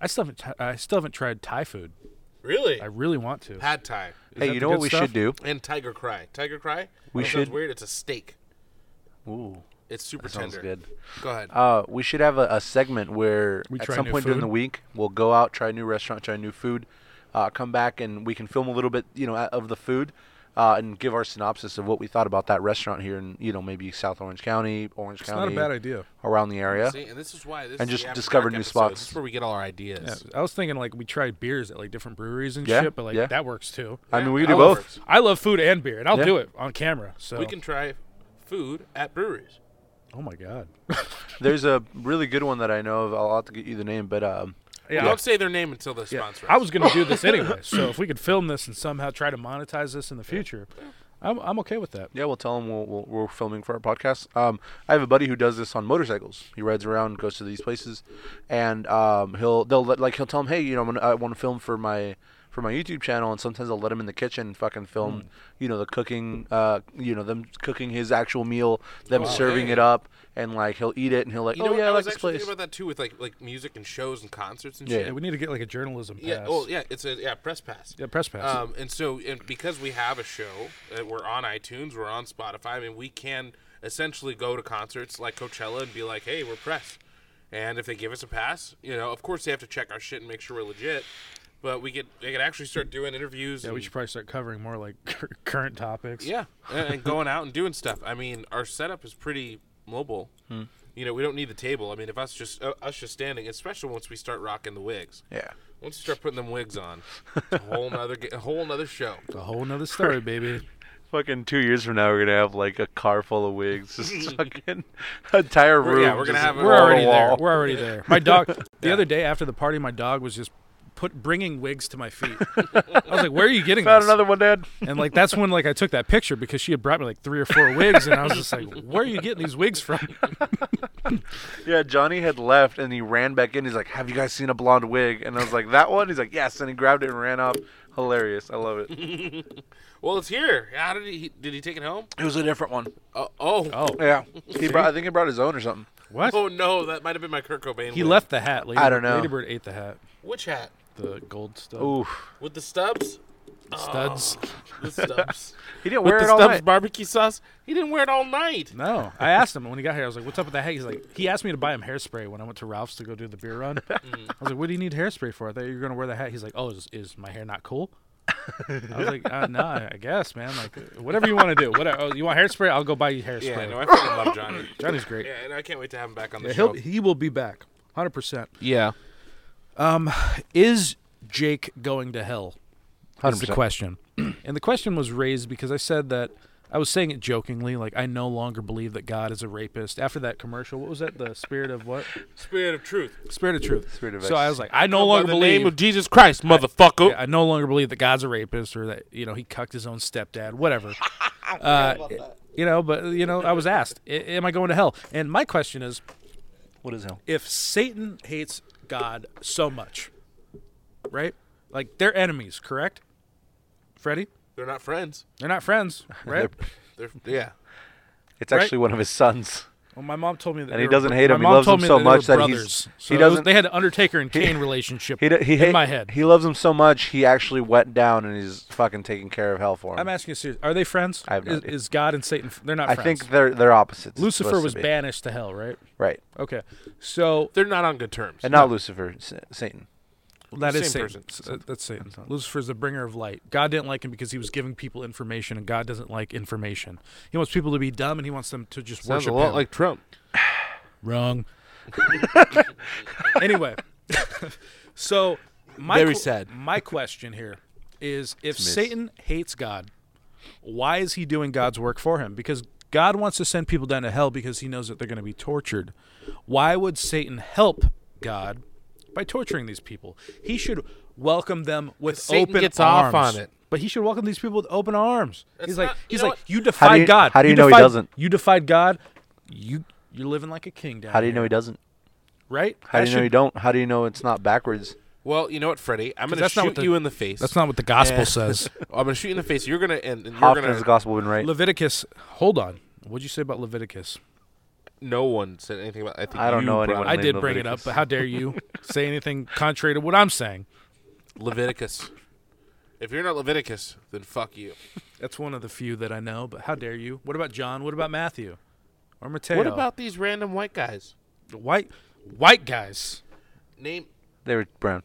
[SPEAKER 2] I still haven't. T- I still haven't tried Thai food.
[SPEAKER 1] Really.
[SPEAKER 2] I really want to.
[SPEAKER 1] Pad Thai
[SPEAKER 2] that
[SPEAKER 3] Hey, you
[SPEAKER 2] the
[SPEAKER 3] know what
[SPEAKER 2] good
[SPEAKER 3] we
[SPEAKER 2] stuff?
[SPEAKER 3] should do?
[SPEAKER 1] and Tiger Cry. Tiger Cry.
[SPEAKER 3] We
[SPEAKER 1] That
[SPEAKER 3] should-
[SPEAKER 1] Sounds weird. It's a steak.
[SPEAKER 3] Ooh,
[SPEAKER 1] It's super
[SPEAKER 3] that sounds
[SPEAKER 1] tender.
[SPEAKER 3] good.
[SPEAKER 1] Go ahead.
[SPEAKER 3] Uh, we should have a, a segment where
[SPEAKER 2] We
[SPEAKER 3] at
[SPEAKER 2] try
[SPEAKER 3] some
[SPEAKER 2] new
[SPEAKER 3] point during the
[SPEAKER 2] food?
[SPEAKER 3] week we'll go out, try a new restaurant, try new food, uh, come back, and we can film a little bit, you know, of the food, uh, and give our synopsis of what we thought about that restaurant here in, you know, maybe South Orange County, Orange
[SPEAKER 2] It's not
[SPEAKER 3] County,
[SPEAKER 2] a bad idea.
[SPEAKER 3] around the area.
[SPEAKER 1] See, and this is why this
[SPEAKER 3] and
[SPEAKER 1] is
[SPEAKER 3] just
[SPEAKER 1] the after
[SPEAKER 3] discover
[SPEAKER 1] dark
[SPEAKER 3] new
[SPEAKER 1] episode.
[SPEAKER 3] spots.
[SPEAKER 1] This is where we get all our ideas.
[SPEAKER 2] Yeah, I was thinking like we try beers at like different breweries and
[SPEAKER 3] Yeah,
[SPEAKER 2] shit, but like
[SPEAKER 3] yeah.
[SPEAKER 2] that works too.
[SPEAKER 3] I mean, we
[SPEAKER 1] Yeah,
[SPEAKER 3] can do
[SPEAKER 1] that
[SPEAKER 3] both.
[SPEAKER 1] works.
[SPEAKER 2] I love food and beer, and I'll
[SPEAKER 3] Yeah.
[SPEAKER 2] do it on camera. So
[SPEAKER 1] We can try food at breweries.
[SPEAKER 2] Oh my god.
[SPEAKER 3] There's a really good one that I know of. I'll have to get you the name, but um,
[SPEAKER 2] Yeah,
[SPEAKER 1] I Don't say their name until the sponsor.
[SPEAKER 2] I was gonna do this anyway. So if we could film this and somehow try to monetize this in the future, I'm I'm okay with that.
[SPEAKER 3] Yeah, we'll tell him we'll, we'll, we're filming for our podcast. Um, I have a buddy who does this on motorcycles. He rides around, goes to these places, and um, he'll they'll let, like he'll tell him, hey, you know, I'm gonna, I want to film for my for my YouTube channel, and sometimes I'll let him in the kitchen and fucking film, you know, the cooking, uh, you know, them cooking his actual meal, them serving
[SPEAKER 1] yeah.
[SPEAKER 3] it up, and like he'll eat it, and he'll like,
[SPEAKER 1] You
[SPEAKER 3] oh
[SPEAKER 1] know,
[SPEAKER 3] yeah,
[SPEAKER 1] I
[SPEAKER 3] I like
[SPEAKER 1] was
[SPEAKER 3] this
[SPEAKER 1] actually
[SPEAKER 3] place.
[SPEAKER 1] thinking about that too with like like music and shows and concerts and
[SPEAKER 3] Yeah.
[SPEAKER 1] shit.
[SPEAKER 2] Yeah, we need to get like a journalism pass.
[SPEAKER 1] Yeah. Oh, yeah. It's a yeah press pass.
[SPEAKER 2] Yeah, press pass.
[SPEAKER 1] Um, and so, and because we have a show, uh, we're on iTunes, we're on Spotify. I mean, we can essentially go to concerts like Coachella and be like, "Hey, we're press." And if they give us a pass, you know, of course they have to check our shit and make sure we're legit. But we could they could actually start doing interviews.
[SPEAKER 2] yeah,
[SPEAKER 1] and,
[SPEAKER 2] we should probably start covering more like cur- current topics.
[SPEAKER 1] yeah, and, and going out and doing stuff. I mean, our setup is pretty mobile. You know, we don't need the table. I mean, if us just uh, us just standing, especially once we start rocking the wigs.
[SPEAKER 3] yeah.
[SPEAKER 1] Once you start putting them wigs on, it's a whole nother ga- a whole nother show.
[SPEAKER 2] It's a whole nother story, baby.
[SPEAKER 3] Fucking two years from now, we're gonna have like a car full of wigs, just fucking entire room.
[SPEAKER 1] yeah, we're gonna
[SPEAKER 3] just
[SPEAKER 1] have it
[SPEAKER 2] We're
[SPEAKER 1] Wall to
[SPEAKER 2] already there. We're already there. My dog. The other day after the party, my dog was just put bringing wigs to my feet. I was like, "Where are you getting
[SPEAKER 3] Found
[SPEAKER 2] this?"
[SPEAKER 3] another one, Dad.
[SPEAKER 2] And like that's when like I took that picture because she had brought me like three or four wigs, and I was just like, "Where are you getting these wigs from?"
[SPEAKER 3] Yeah, Johnny had left and he ran back in. He's like, "Have you guys seen a blonde wig?" And I was like, "That one." He's like, "Yes." And he grabbed it and ran off. Hilarious. I love it. It
[SPEAKER 1] Well, it's here. How did he? Did he take it home?
[SPEAKER 3] was a different one.
[SPEAKER 1] Oh, oh, oh,
[SPEAKER 3] Yeah, he brought. I think he brought his own or something.
[SPEAKER 2] What?
[SPEAKER 1] no, that might have been my Kurt Cobain.
[SPEAKER 2] He
[SPEAKER 1] wig.
[SPEAKER 2] left the hat. Lady,
[SPEAKER 3] I don't know.
[SPEAKER 2] Ladybird ate the hat.
[SPEAKER 1] Which hat?
[SPEAKER 2] The gold stuff.
[SPEAKER 3] Oof.
[SPEAKER 1] With the stubs?
[SPEAKER 2] studs.
[SPEAKER 1] The stubs.
[SPEAKER 3] He didn't
[SPEAKER 1] With
[SPEAKER 3] wear
[SPEAKER 1] the
[SPEAKER 3] it all
[SPEAKER 1] stubs
[SPEAKER 3] night.
[SPEAKER 1] barbecue sauce. He didn't wear it all night.
[SPEAKER 2] No, I asked him when he got here. I was like, "What's up with that hat?" He's like, "He asked me to buy him hairspray when I went to Ralph's to go do the beer run." I was like, "What do you need hairspray for?" I thought you were gonna wear the hat. He's like, "Oh, is, is my hair not cool?" I was like, uh, "No, I guess, man. Like, whatever you want to do. Whatever oh, you want hairspray, I'll go buy you hairspray."
[SPEAKER 1] Yeah, no, I fucking love Johnny.
[SPEAKER 2] Johnny's great.
[SPEAKER 1] Yeah, and I can't wait to have him back on the
[SPEAKER 2] Yeah,
[SPEAKER 1] show.
[SPEAKER 2] he'll, he will be back, hundred percent.
[SPEAKER 1] yeah.
[SPEAKER 2] Is Jake going to hell? That's the
[SPEAKER 3] 100%.
[SPEAKER 2] question. and the question was raised because I said that I was saying it jokingly, like I no longer believe that God is a rapist. After that commercial, what was that? The spirit of what?
[SPEAKER 1] Spirit of truth.
[SPEAKER 2] Spirit of truth.
[SPEAKER 3] Spirit of
[SPEAKER 2] so I
[SPEAKER 3] ecstasy.
[SPEAKER 2] was like, I no
[SPEAKER 1] By
[SPEAKER 2] longer
[SPEAKER 1] the
[SPEAKER 2] believe.
[SPEAKER 1] name of Jesus Christ, motherfucker.
[SPEAKER 2] I no longer believe that God's a rapist or that you know he cucked his own stepdad, whatever. uh, You know, but you know, I was asked, "A- "Am I going to hell?" And my question is,
[SPEAKER 3] What is hell?
[SPEAKER 2] if Satan hates God so much, right? Like they're enemies, correct? Freddie,
[SPEAKER 1] They're not friends.
[SPEAKER 2] they're not friends, right?
[SPEAKER 1] They're yeah.
[SPEAKER 3] It's actually one of his sons.
[SPEAKER 2] well, my mom told me that,
[SPEAKER 3] And
[SPEAKER 2] they
[SPEAKER 3] he
[SPEAKER 2] were-
[SPEAKER 3] doesn't hate
[SPEAKER 2] my
[SPEAKER 3] him. He
[SPEAKER 2] mom
[SPEAKER 3] loves
[SPEAKER 2] told
[SPEAKER 3] him
[SPEAKER 2] me
[SPEAKER 3] so
[SPEAKER 2] they
[SPEAKER 3] much
[SPEAKER 2] were
[SPEAKER 3] that he's-
[SPEAKER 2] brothers.
[SPEAKER 3] he
[SPEAKER 2] So it was-
[SPEAKER 3] doesn't-
[SPEAKER 2] They had an Undertaker and Kane relationship
[SPEAKER 3] He d- he
[SPEAKER 2] in
[SPEAKER 3] hate-
[SPEAKER 2] my head.
[SPEAKER 3] He loves him so much. He actually went down and he's fucking taking care of hell for him.
[SPEAKER 2] I'm asking you seriously, are they friends?
[SPEAKER 3] I have no
[SPEAKER 2] is,
[SPEAKER 3] idea.
[SPEAKER 2] is God and Satan? f- They're not.
[SPEAKER 3] I
[SPEAKER 2] friends.
[SPEAKER 3] think they're they're opposites. It's
[SPEAKER 2] Lucifer
[SPEAKER 3] supposed to
[SPEAKER 2] was
[SPEAKER 3] be.
[SPEAKER 2] banished to hell, right?
[SPEAKER 3] Right,
[SPEAKER 2] Okay, so
[SPEAKER 1] They're not on good terms.
[SPEAKER 3] and not Lucifer, S- Satan.
[SPEAKER 2] that is
[SPEAKER 1] Same
[SPEAKER 2] Satan.
[SPEAKER 1] person.
[SPEAKER 2] S- uh, That's Satan. Lucifer's the bringer of light. God didn't like him because he was giving people information, and God doesn't like information. He wants people to be dumb, and he wants them to just worship him.
[SPEAKER 1] Trump.
[SPEAKER 2] Wrong. anyway, so my
[SPEAKER 1] Very sad.
[SPEAKER 2] My question here is: If Satan hates God, why is he doing God's work for him? Because God wants to send people down to hell because he knows that they're going to be tortured. Why would Satan help God by torturing these people? He should welcome them with
[SPEAKER 1] Satan
[SPEAKER 2] open
[SPEAKER 1] gets off
[SPEAKER 2] arms.
[SPEAKER 1] on it.
[SPEAKER 2] But he should welcome these people with open arms. he's like,
[SPEAKER 1] not- you
[SPEAKER 2] he's
[SPEAKER 1] know
[SPEAKER 2] like,
[SPEAKER 1] what?
[SPEAKER 2] you defied
[SPEAKER 3] you-
[SPEAKER 2] God.
[SPEAKER 3] how do you know he
[SPEAKER 2] defied-
[SPEAKER 3] doesn't?
[SPEAKER 2] You defied God. You you're living like a king down
[SPEAKER 3] How do you
[SPEAKER 2] here
[SPEAKER 3] know he doesn't?
[SPEAKER 2] right?
[SPEAKER 3] How
[SPEAKER 2] That
[SPEAKER 3] do you know he
[SPEAKER 2] should-
[SPEAKER 3] don't? How do you know it's not backwards?
[SPEAKER 1] Well, you know what, Freddie? I'm gonna
[SPEAKER 2] that's not what
[SPEAKER 1] shoot
[SPEAKER 2] the-
[SPEAKER 1] you in the face.
[SPEAKER 2] That's not what the gospel
[SPEAKER 1] Eh.
[SPEAKER 2] says.
[SPEAKER 1] I'm gonna shoot you in the face. You're gonna and, and
[SPEAKER 3] How
[SPEAKER 1] you're
[SPEAKER 3] often has
[SPEAKER 1] gonna.
[SPEAKER 3] the gospel been right?
[SPEAKER 2] Leviticus, hold on. What'd you say about Leviticus?
[SPEAKER 1] No one said anything about. I think
[SPEAKER 3] I don't
[SPEAKER 1] you
[SPEAKER 3] know
[SPEAKER 1] brought
[SPEAKER 3] anyone
[SPEAKER 1] up
[SPEAKER 2] I did bring it up,
[SPEAKER 3] Leviticus.
[SPEAKER 2] but how dare you say anything contrary to what I'm saying?
[SPEAKER 1] Leviticus. If you're not Leviticus, then fuck you.
[SPEAKER 2] That's one of the few that I know, but how dare you? What about John? What about Matthew? or Mateo.
[SPEAKER 1] What about these random white guys?
[SPEAKER 2] the white white guys?
[SPEAKER 1] Name
[SPEAKER 3] They were brown.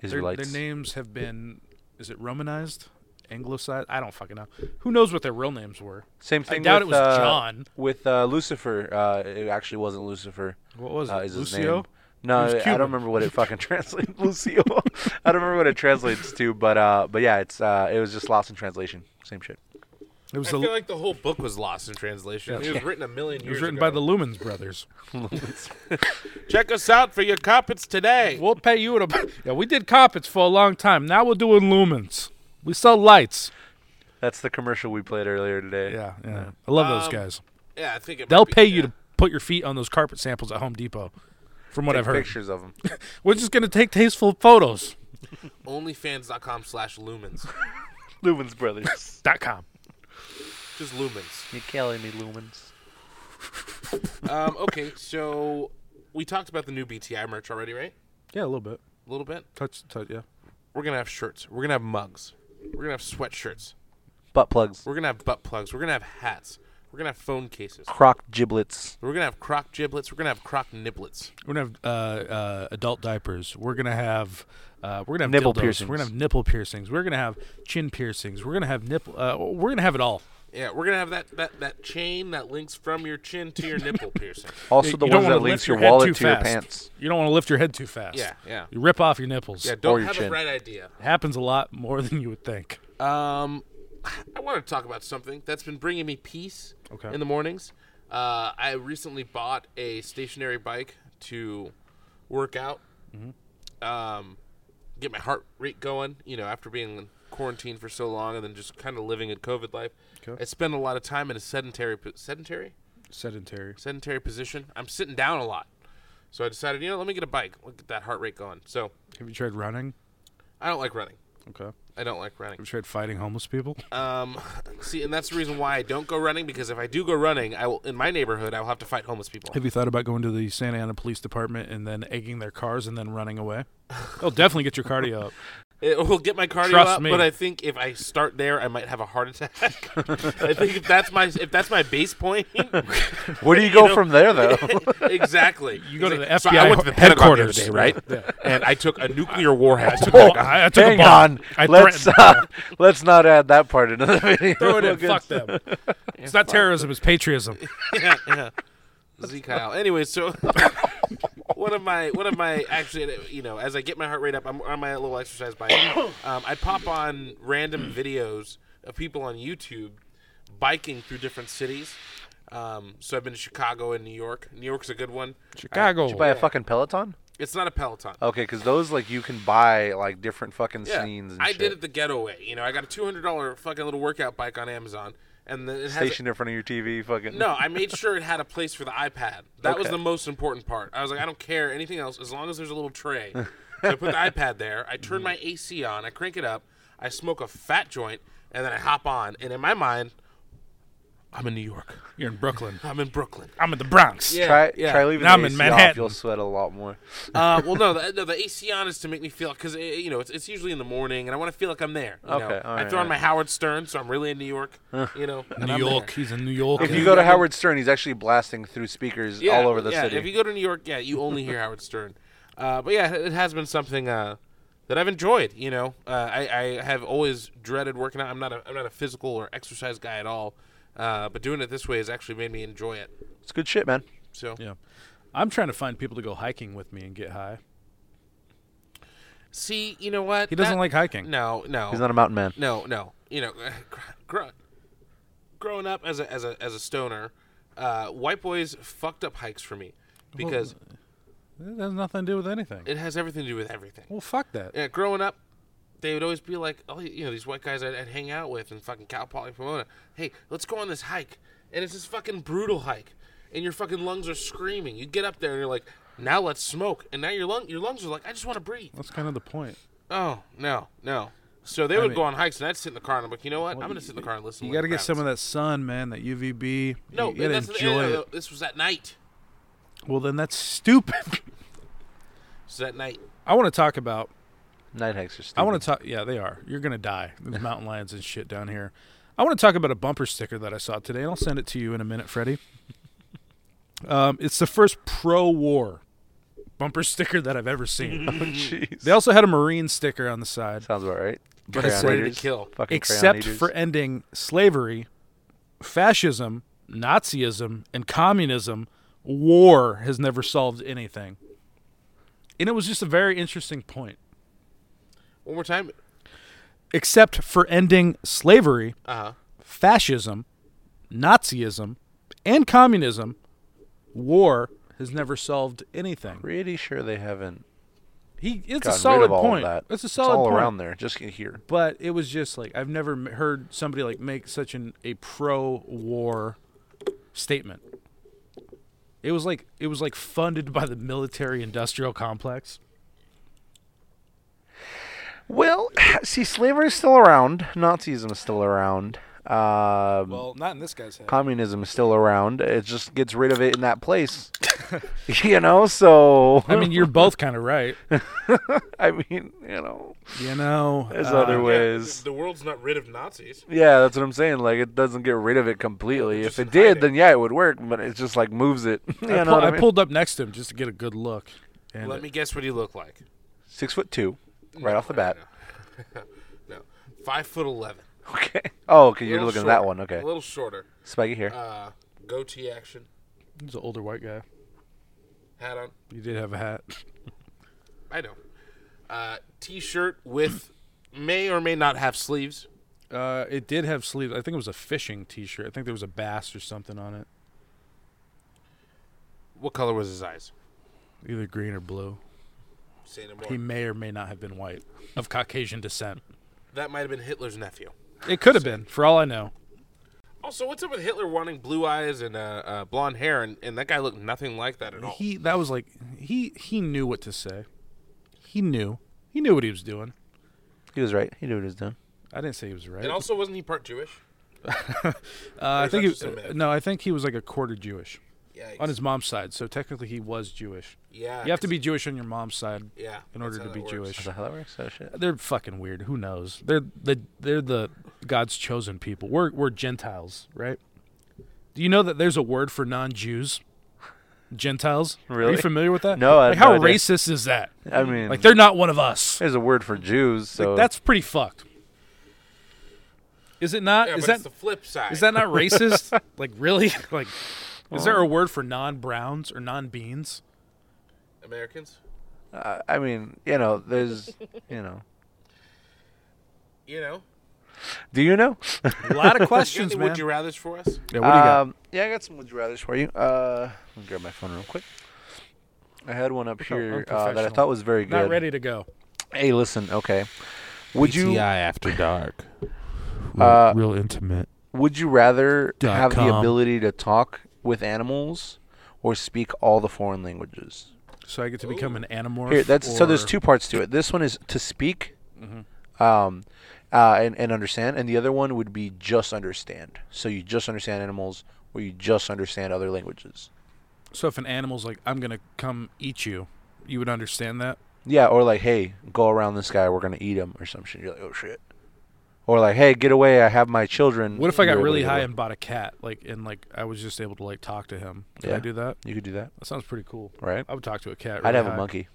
[SPEAKER 2] Their,
[SPEAKER 3] Israelites.
[SPEAKER 2] their names have been is it Romanized, Anglicized? I don't fucking know. Who knows what their real names were?
[SPEAKER 3] Same thing.
[SPEAKER 2] doubt
[SPEAKER 3] with,
[SPEAKER 2] it was
[SPEAKER 3] uh,
[SPEAKER 2] John.
[SPEAKER 3] With uh, Lucifer, uh, it actually wasn't Lucifer.
[SPEAKER 2] What was
[SPEAKER 3] uh,
[SPEAKER 2] it?
[SPEAKER 3] is his
[SPEAKER 2] Lucio?
[SPEAKER 3] name. No,
[SPEAKER 2] was
[SPEAKER 3] I
[SPEAKER 2] Cuban.
[SPEAKER 3] don't remember what it fucking translates. Lucio. I don't remember what it translates to, but uh, but yeah, it's uh, it was just lost in translation. Same shit.
[SPEAKER 2] It was
[SPEAKER 1] I
[SPEAKER 2] the,
[SPEAKER 1] feel like the whole book was lost in translation. It was written a million
[SPEAKER 2] it
[SPEAKER 1] years
[SPEAKER 2] was written by
[SPEAKER 1] ago.
[SPEAKER 2] the Lumens brothers.
[SPEAKER 1] Check us out for your carpets today.
[SPEAKER 2] We'll pay you to. Yeah, we did carpets for a long time. Now we're doing lumens. We sell lights.
[SPEAKER 3] That's the commercial we played earlier today.
[SPEAKER 2] Yeah, yeah. I love those
[SPEAKER 1] Um,
[SPEAKER 2] guys.
[SPEAKER 1] Yeah, I think it
[SPEAKER 2] They'll
[SPEAKER 1] might be-
[SPEAKER 2] pay you
[SPEAKER 1] yeah.
[SPEAKER 2] to put your feet on those carpet samples at Home Depot, from what I've heard.
[SPEAKER 3] Pictures of them.
[SPEAKER 2] We're just gonna take tasteful photos.
[SPEAKER 1] onlyfans.com slash lumens.
[SPEAKER 3] Lumens brothers.
[SPEAKER 2] Dot com.
[SPEAKER 1] Just lumens.
[SPEAKER 3] You're killing me, Lumens.
[SPEAKER 1] Um, okay, so we talked about the new BTI merch already, right?
[SPEAKER 2] Yeah, a little bit.
[SPEAKER 1] A little bit.
[SPEAKER 2] Touch, touch. Yeah.
[SPEAKER 1] We're gonna have shirts. We're gonna have mugs. We're gonna have sweatshirts.
[SPEAKER 3] Butt plugs.
[SPEAKER 1] We're gonna have butt plugs. We're gonna have hats. We're gonna have phone cases.
[SPEAKER 3] Croc giblets.
[SPEAKER 1] We're gonna have croc giblets. We're gonna have croc niblets.
[SPEAKER 2] We're gonna have uh, uh, adult diapers. We're gonna have uh, we're gonna have
[SPEAKER 3] Nipple
[SPEAKER 2] dildos.
[SPEAKER 3] piercings.
[SPEAKER 2] We're gonna have nipple piercings. We're gonna have chin piercings. We're gonna have nipple. Uh, we're gonna have it all.
[SPEAKER 1] Yeah, we're gonna have that, that, that chain that links from your chin to your nipple piercing.
[SPEAKER 3] Also, the
[SPEAKER 2] You don't
[SPEAKER 3] ones
[SPEAKER 2] wanna
[SPEAKER 3] that
[SPEAKER 2] lift
[SPEAKER 3] links your
[SPEAKER 2] head
[SPEAKER 3] wallet
[SPEAKER 2] too
[SPEAKER 3] to your
[SPEAKER 2] fast.
[SPEAKER 3] pants.
[SPEAKER 2] You don't want to lift your head too fast.
[SPEAKER 1] Yeah, yeah.
[SPEAKER 2] You rip off your nipples.
[SPEAKER 1] Yeah, don't
[SPEAKER 3] your
[SPEAKER 1] have a
[SPEAKER 3] chin.
[SPEAKER 1] bright idea.
[SPEAKER 2] happens a lot more than you would think.
[SPEAKER 1] Um, I want to talk about something that's been bringing me peace
[SPEAKER 2] Okay.
[SPEAKER 1] in the mornings. Uh, I recently bought a stationary bike to work out,
[SPEAKER 2] Mm-hmm.
[SPEAKER 1] um, get my heart rate going. You know, after being quarantined for so long and then just kind of living a COVID life,
[SPEAKER 2] Okay.
[SPEAKER 1] I spend a lot of time in a sedentary po- sedentary
[SPEAKER 2] Sedentary.
[SPEAKER 1] sedentary position. I'm sitting down a lot, so I decided, you know, let me get a bike. Let me get that heart rate going. So
[SPEAKER 2] Have you tried running?
[SPEAKER 1] I don't like running.
[SPEAKER 2] Okay. Have
[SPEAKER 1] I don't like running.
[SPEAKER 2] you tried fighting homeless people?
[SPEAKER 1] Um, see, and that's the reason why I don't go running because if I do go running, I will in my neighborhood I will have to fight homeless people.
[SPEAKER 2] Have you thought about going to the Santa Ana Police Department and then egging their cars and then running away? They'll definitely get your cardio up.
[SPEAKER 1] It will get my cardio
[SPEAKER 2] Trust
[SPEAKER 1] up,
[SPEAKER 2] me.
[SPEAKER 1] but I think if I start there, I might have a heart attack. I think if that's my if that's my base point,
[SPEAKER 3] Where do you go from there, though?
[SPEAKER 1] exactly.
[SPEAKER 2] You go to the
[SPEAKER 1] Exactly. So
[SPEAKER 2] FBI
[SPEAKER 1] I went to the Pentagon the other
[SPEAKER 2] headquarters.
[SPEAKER 1] day, right? And I took a nuclear warhead. to
[SPEAKER 2] Oh,
[SPEAKER 1] the-
[SPEAKER 2] I, I took a
[SPEAKER 3] Hang
[SPEAKER 2] bomb.
[SPEAKER 3] on.
[SPEAKER 2] I
[SPEAKER 3] let's
[SPEAKER 2] threatened.
[SPEAKER 3] uh, let's not add that part into the video.
[SPEAKER 2] Throw it in.
[SPEAKER 3] Okay.
[SPEAKER 2] Fuck them. It's not terrorism. It's patriotism.
[SPEAKER 1] yeah, yeah. Z Kyle. Anyway, so one of my one of my actually, you know, as I get my heart rate up, I'm on my little exercise bike. Um, I pop on random videos of people on YouTube biking through different cities. Um, so I've been to Chicago and New York. New York's a good one.
[SPEAKER 2] Chicago.
[SPEAKER 3] Buy a fucking Peloton?
[SPEAKER 1] It's not a Peloton.
[SPEAKER 3] Okay, because those like you can buy like different fucking
[SPEAKER 1] Yeah,
[SPEAKER 3] scenes. And
[SPEAKER 1] I
[SPEAKER 3] shit.
[SPEAKER 1] did it the getaway. You know, I got a two hundred dollar fucking little workout bike on Amazon, and then it has a-
[SPEAKER 3] Stationed in front of your TV, fucking.
[SPEAKER 1] No, I made sure it had a place for the iPad. That was
[SPEAKER 3] Okay.
[SPEAKER 1] the most important part. I was like, I don't care anything else as long as there's a little tray. so I put the iPad there. I turn my AC on. I crank it up. I smoke a fat joint, and then I hop on. And in my mind, I'm in New York.
[SPEAKER 2] You're in Brooklyn.
[SPEAKER 1] I'm in Brooklyn.
[SPEAKER 2] I'm in the Bronx.
[SPEAKER 1] Yeah.
[SPEAKER 3] Try try leaving
[SPEAKER 2] Now I'm
[SPEAKER 3] the
[SPEAKER 2] in
[SPEAKER 3] AC
[SPEAKER 2] Manhattan.
[SPEAKER 3] off. You'll sweat a lot more.
[SPEAKER 1] Uh, well, no, the, no, the AC on is to make me feel because you know it's, it's usually in the morning, and I want to feel like I'm there. you know?
[SPEAKER 3] Okay, all
[SPEAKER 1] I
[SPEAKER 3] right,
[SPEAKER 1] throw on
[SPEAKER 3] all
[SPEAKER 1] my Howard Stern, so I'm really in New York. You know, and
[SPEAKER 2] New
[SPEAKER 1] I'm there.
[SPEAKER 2] York. He's in New York.
[SPEAKER 3] If you
[SPEAKER 1] Yeah.
[SPEAKER 3] go to
[SPEAKER 1] Yeah.
[SPEAKER 3] Howard Stern, he's actually blasting through speakers all over the
[SPEAKER 1] yeah,
[SPEAKER 3] city.
[SPEAKER 1] If you go to New York, yeah, you only hear Howard Stern. Uh, but yeah, it has been something uh, that I've enjoyed. You know, uh, I, I have always dreaded working out. I'm not a I'm not a physical or exercise guy at all. Uh, but doing it this way has actually made me enjoy it.
[SPEAKER 3] it's good shit, man.
[SPEAKER 1] So
[SPEAKER 2] Yeah. I'm trying to find people to go hiking with me and get high.
[SPEAKER 1] see, you know what?
[SPEAKER 2] He doesn't like hiking.
[SPEAKER 1] No, no,
[SPEAKER 3] He's not a mountain man.
[SPEAKER 1] no, no. You know, grow, growing up as a as a as a stoner, uh, white boys fucked up hikes for me because
[SPEAKER 2] That has nothing to do with anything.
[SPEAKER 1] it has everything to do with everything.
[SPEAKER 2] well, fuck that.
[SPEAKER 1] yeah, growing up, they would always be like, oh, you know, these white guys I'd, I'd hang out with in fucking Cal Poly Pomona. Hey, let's go on this hike. And it's this fucking brutal hike. And your fucking lungs are screaming. You get up there and you're like, now let's smoke. And now your lung, your lungs are like, I just want to breathe.
[SPEAKER 2] That's kind of the point.
[SPEAKER 1] Oh, no, no. So they would
[SPEAKER 2] mean-
[SPEAKER 1] go on hikes and I'd sit in the car and I'm like, you know what? I'm going to sit in the car and listen.
[SPEAKER 2] You
[SPEAKER 1] got
[SPEAKER 2] got to get some of that sun, man. That UVB.
[SPEAKER 1] No,
[SPEAKER 2] you gotta
[SPEAKER 1] that's the,
[SPEAKER 2] enjoy
[SPEAKER 1] no, no,
[SPEAKER 2] it.
[SPEAKER 1] this was at night.
[SPEAKER 2] Well, then that's stupid.
[SPEAKER 1] This was at night.
[SPEAKER 2] I want to talk about.
[SPEAKER 3] Night hikes are stupid.
[SPEAKER 2] I want to talk. Yeah, they are. You're gonna die. There's mountain lions and shit down here. I want to talk about a bumper sticker that I saw today, and I'll send it to you in a minute, Freddie. Um, it's the first pro-war bumper sticker that I've ever seen.
[SPEAKER 3] Jeez.
[SPEAKER 2] they also had a Marine sticker on the side,
[SPEAKER 3] Sounds about right.
[SPEAKER 2] But
[SPEAKER 3] Crayon
[SPEAKER 2] it's ready to
[SPEAKER 3] eaters.
[SPEAKER 1] kill.
[SPEAKER 3] Fucking crayon
[SPEAKER 2] except
[SPEAKER 3] eaters.
[SPEAKER 2] for ending slavery, fascism, Nazism, and communism. War has never solved anything, and it was just a very interesting point.
[SPEAKER 1] One more time.
[SPEAKER 2] Except for ending slavery,
[SPEAKER 1] Uh huh.
[SPEAKER 2] fascism, Nazism, and communism, war has never solved anything.
[SPEAKER 3] Pretty sure they haven't
[SPEAKER 2] He, it's a
[SPEAKER 3] gotten
[SPEAKER 2] solid
[SPEAKER 3] rid of all
[SPEAKER 2] point.
[SPEAKER 3] of that.
[SPEAKER 2] It's a solid
[SPEAKER 3] all
[SPEAKER 2] point.
[SPEAKER 3] around there, just here.
[SPEAKER 2] But it was just like I've never m- heard somebody like make such an a pro-war statement. It was like it was like funded by the military-industrial complex.
[SPEAKER 3] Well, see, slavery is still around. Nazism is still around. Um,
[SPEAKER 2] not in this guy's head.
[SPEAKER 3] communism is still around. It just gets rid of it in that place. you know, so
[SPEAKER 2] I mean, you're both kind of right.
[SPEAKER 3] I mean, you know,
[SPEAKER 2] You know,
[SPEAKER 3] there's
[SPEAKER 2] uh,
[SPEAKER 3] other ways.
[SPEAKER 1] the world's not rid of Nazis.
[SPEAKER 3] Yeah, that's what I'm saying. Like, it doesn't get rid of it completely.
[SPEAKER 1] Just
[SPEAKER 3] If it
[SPEAKER 1] hide
[SPEAKER 3] did,
[SPEAKER 1] it.
[SPEAKER 3] then yeah, it would work. But it just like moves it.
[SPEAKER 2] I,
[SPEAKER 3] you know
[SPEAKER 2] pull-
[SPEAKER 3] what I
[SPEAKER 2] I
[SPEAKER 3] mean?
[SPEAKER 2] pulled up next to him just to get a good look. And
[SPEAKER 1] Let me guess what he looked like.
[SPEAKER 3] six foot two, right off the bat.
[SPEAKER 1] No, five foot eleven.
[SPEAKER 3] Okay. Oh, okay, you're
[SPEAKER 1] Little
[SPEAKER 3] looking at that
[SPEAKER 1] shorter.
[SPEAKER 3] one. Okay,
[SPEAKER 1] A little shorter.
[SPEAKER 3] spiky here.
[SPEAKER 1] Uh, goatee action.
[SPEAKER 2] He's an older white guy.
[SPEAKER 1] Hat on.
[SPEAKER 2] You did have a hat.
[SPEAKER 1] I know. Uh, T-shirt with may or may not have sleeves.
[SPEAKER 2] Uh, it did have sleeves. I think it was a fishing T-shirt. I think there was a bass or something on it,
[SPEAKER 1] What color was his eyes?
[SPEAKER 2] either green or blue.
[SPEAKER 1] Say no more.
[SPEAKER 2] He may or may not have been white, of Caucasian descent.
[SPEAKER 1] that might have been Hitler's nephew.
[SPEAKER 2] It could have been, for all I know.
[SPEAKER 1] Also, what's up with Hitler wanting blue eyes and uh, uh, blonde hair? And, and that guy looked nothing like that at all.
[SPEAKER 2] He that was like he he knew what to say. He knew he knew what he was doing.
[SPEAKER 3] He was right. He knew what he was doing.
[SPEAKER 2] I didn't say he was right.
[SPEAKER 1] and also, wasn't he part Jewish?
[SPEAKER 2] uh, I
[SPEAKER 1] is that
[SPEAKER 2] think he,
[SPEAKER 1] just a myth?
[SPEAKER 2] no, I think he was like a quarter Jewish
[SPEAKER 1] Yeah.
[SPEAKER 2] on his mom's side. So technically, he was Jewish.
[SPEAKER 1] yeah.
[SPEAKER 2] You have to be Jewish on your mom's side
[SPEAKER 1] Yeah.
[SPEAKER 2] in order
[SPEAKER 1] that's
[SPEAKER 2] to
[SPEAKER 1] how
[SPEAKER 2] be
[SPEAKER 1] that works.
[SPEAKER 2] Jewish.
[SPEAKER 3] Is that how that works? Oh shit.
[SPEAKER 2] they're fucking weird. Who knows? They're the they're the God's chosen people. We're we're Gentiles, right? Do you know that there's a word for non-Jews? Gentiles. Are
[SPEAKER 3] Really?
[SPEAKER 2] you familiar with that?
[SPEAKER 3] No, I
[SPEAKER 2] Like
[SPEAKER 3] have no
[SPEAKER 2] how
[SPEAKER 3] idea.
[SPEAKER 2] racist is that?
[SPEAKER 3] I mean,
[SPEAKER 2] Like they're not one of us.
[SPEAKER 3] there's a word for Jews. So
[SPEAKER 2] Like that's pretty fucked. Is it not?
[SPEAKER 1] Yeah,
[SPEAKER 2] is
[SPEAKER 1] but
[SPEAKER 2] that
[SPEAKER 1] it's the flip side.
[SPEAKER 2] is that not racist? like really? Like is there a word for non-browns or non-beans?
[SPEAKER 1] Americans?
[SPEAKER 3] uh, I mean, you know, there's, you know,
[SPEAKER 1] You know?
[SPEAKER 3] do you know?
[SPEAKER 2] A lot of
[SPEAKER 1] You got
[SPEAKER 2] questions,
[SPEAKER 1] any
[SPEAKER 2] man.
[SPEAKER 1] would you rather's for us?
[SPEAKER 2] Yeah, what do you got?
[SPEAKER 3] Um, yeah, I got some would you rather's for you. Uh, let me grab my phone real quick. I had one up
[SPEAKER 2] how
[SPEAKER 3] here uh, that I
[SPEAKER 2] unprofessional.
[SPEAKER 3] thought was very good.
[SPEAKER 2] Not ready to go.
[SPEAKER 3] Hey, listen, okay. Would you
[SPEAKER 1] after dark.
[SPEAKER 3] Uh,
[SPEAKER 2] real intimate.
[SPEAKER 3] would you rather
[SPEAKER 2] Dot
[SPEAKER 3] have the
[SPEAKER 2] com.
[SPEAKER 3] ability to talk with animals or speak all the foreign languages?
[SPEAKER 2] So I get to become an animorph.
[SPEAKER 3] Here, that's so. There's
[SPEAKER 2] or-
[SPEAKER 3] two parts to it. This one is to speak,
[SPEAKER 2] Mm-hmm.
[SPEAKER 3] um, uh, and and understand, and the other one would be just understand. So you just understand animals, or you just understand other languages.
[SPEAKER 2] So if an animal's like, "I'm gonna come eat you," you would understand that.
[SPEAKER 3] Yeah, or like, hey, go around this guy, we're gonna eat him, or some shit. You're like, oh shit. Or like, hey, get away! I have my children.
[SPEAKER 2] What if I
[SPEAKER 3] You're
[SPEAKER 2] got
[SPEAKER 3] able to
[SPEAKER 2] really
[SPEAKER 3] get
[SPEAKER 2] high
[SPEAKER 3] away.
[SPEAKER 2] and bought a cat, like, and like I was just able to like talk to him? Could
[SPEAKER 3] Yeah.
[SPEAKER 2] I do that?
[SPEAKER 3] You could do that,
[SPEAKER 2] That sounds pretty cool.
[SPEAKER 3] right?
[SPEAKER 2] I would talk to a cat.
[SPEAKER 3] I'd
[SPEAKER 2] really
[SPEAKER 3] have a
[SPEAKER 2] high.
[SPEAKER 3] monkey.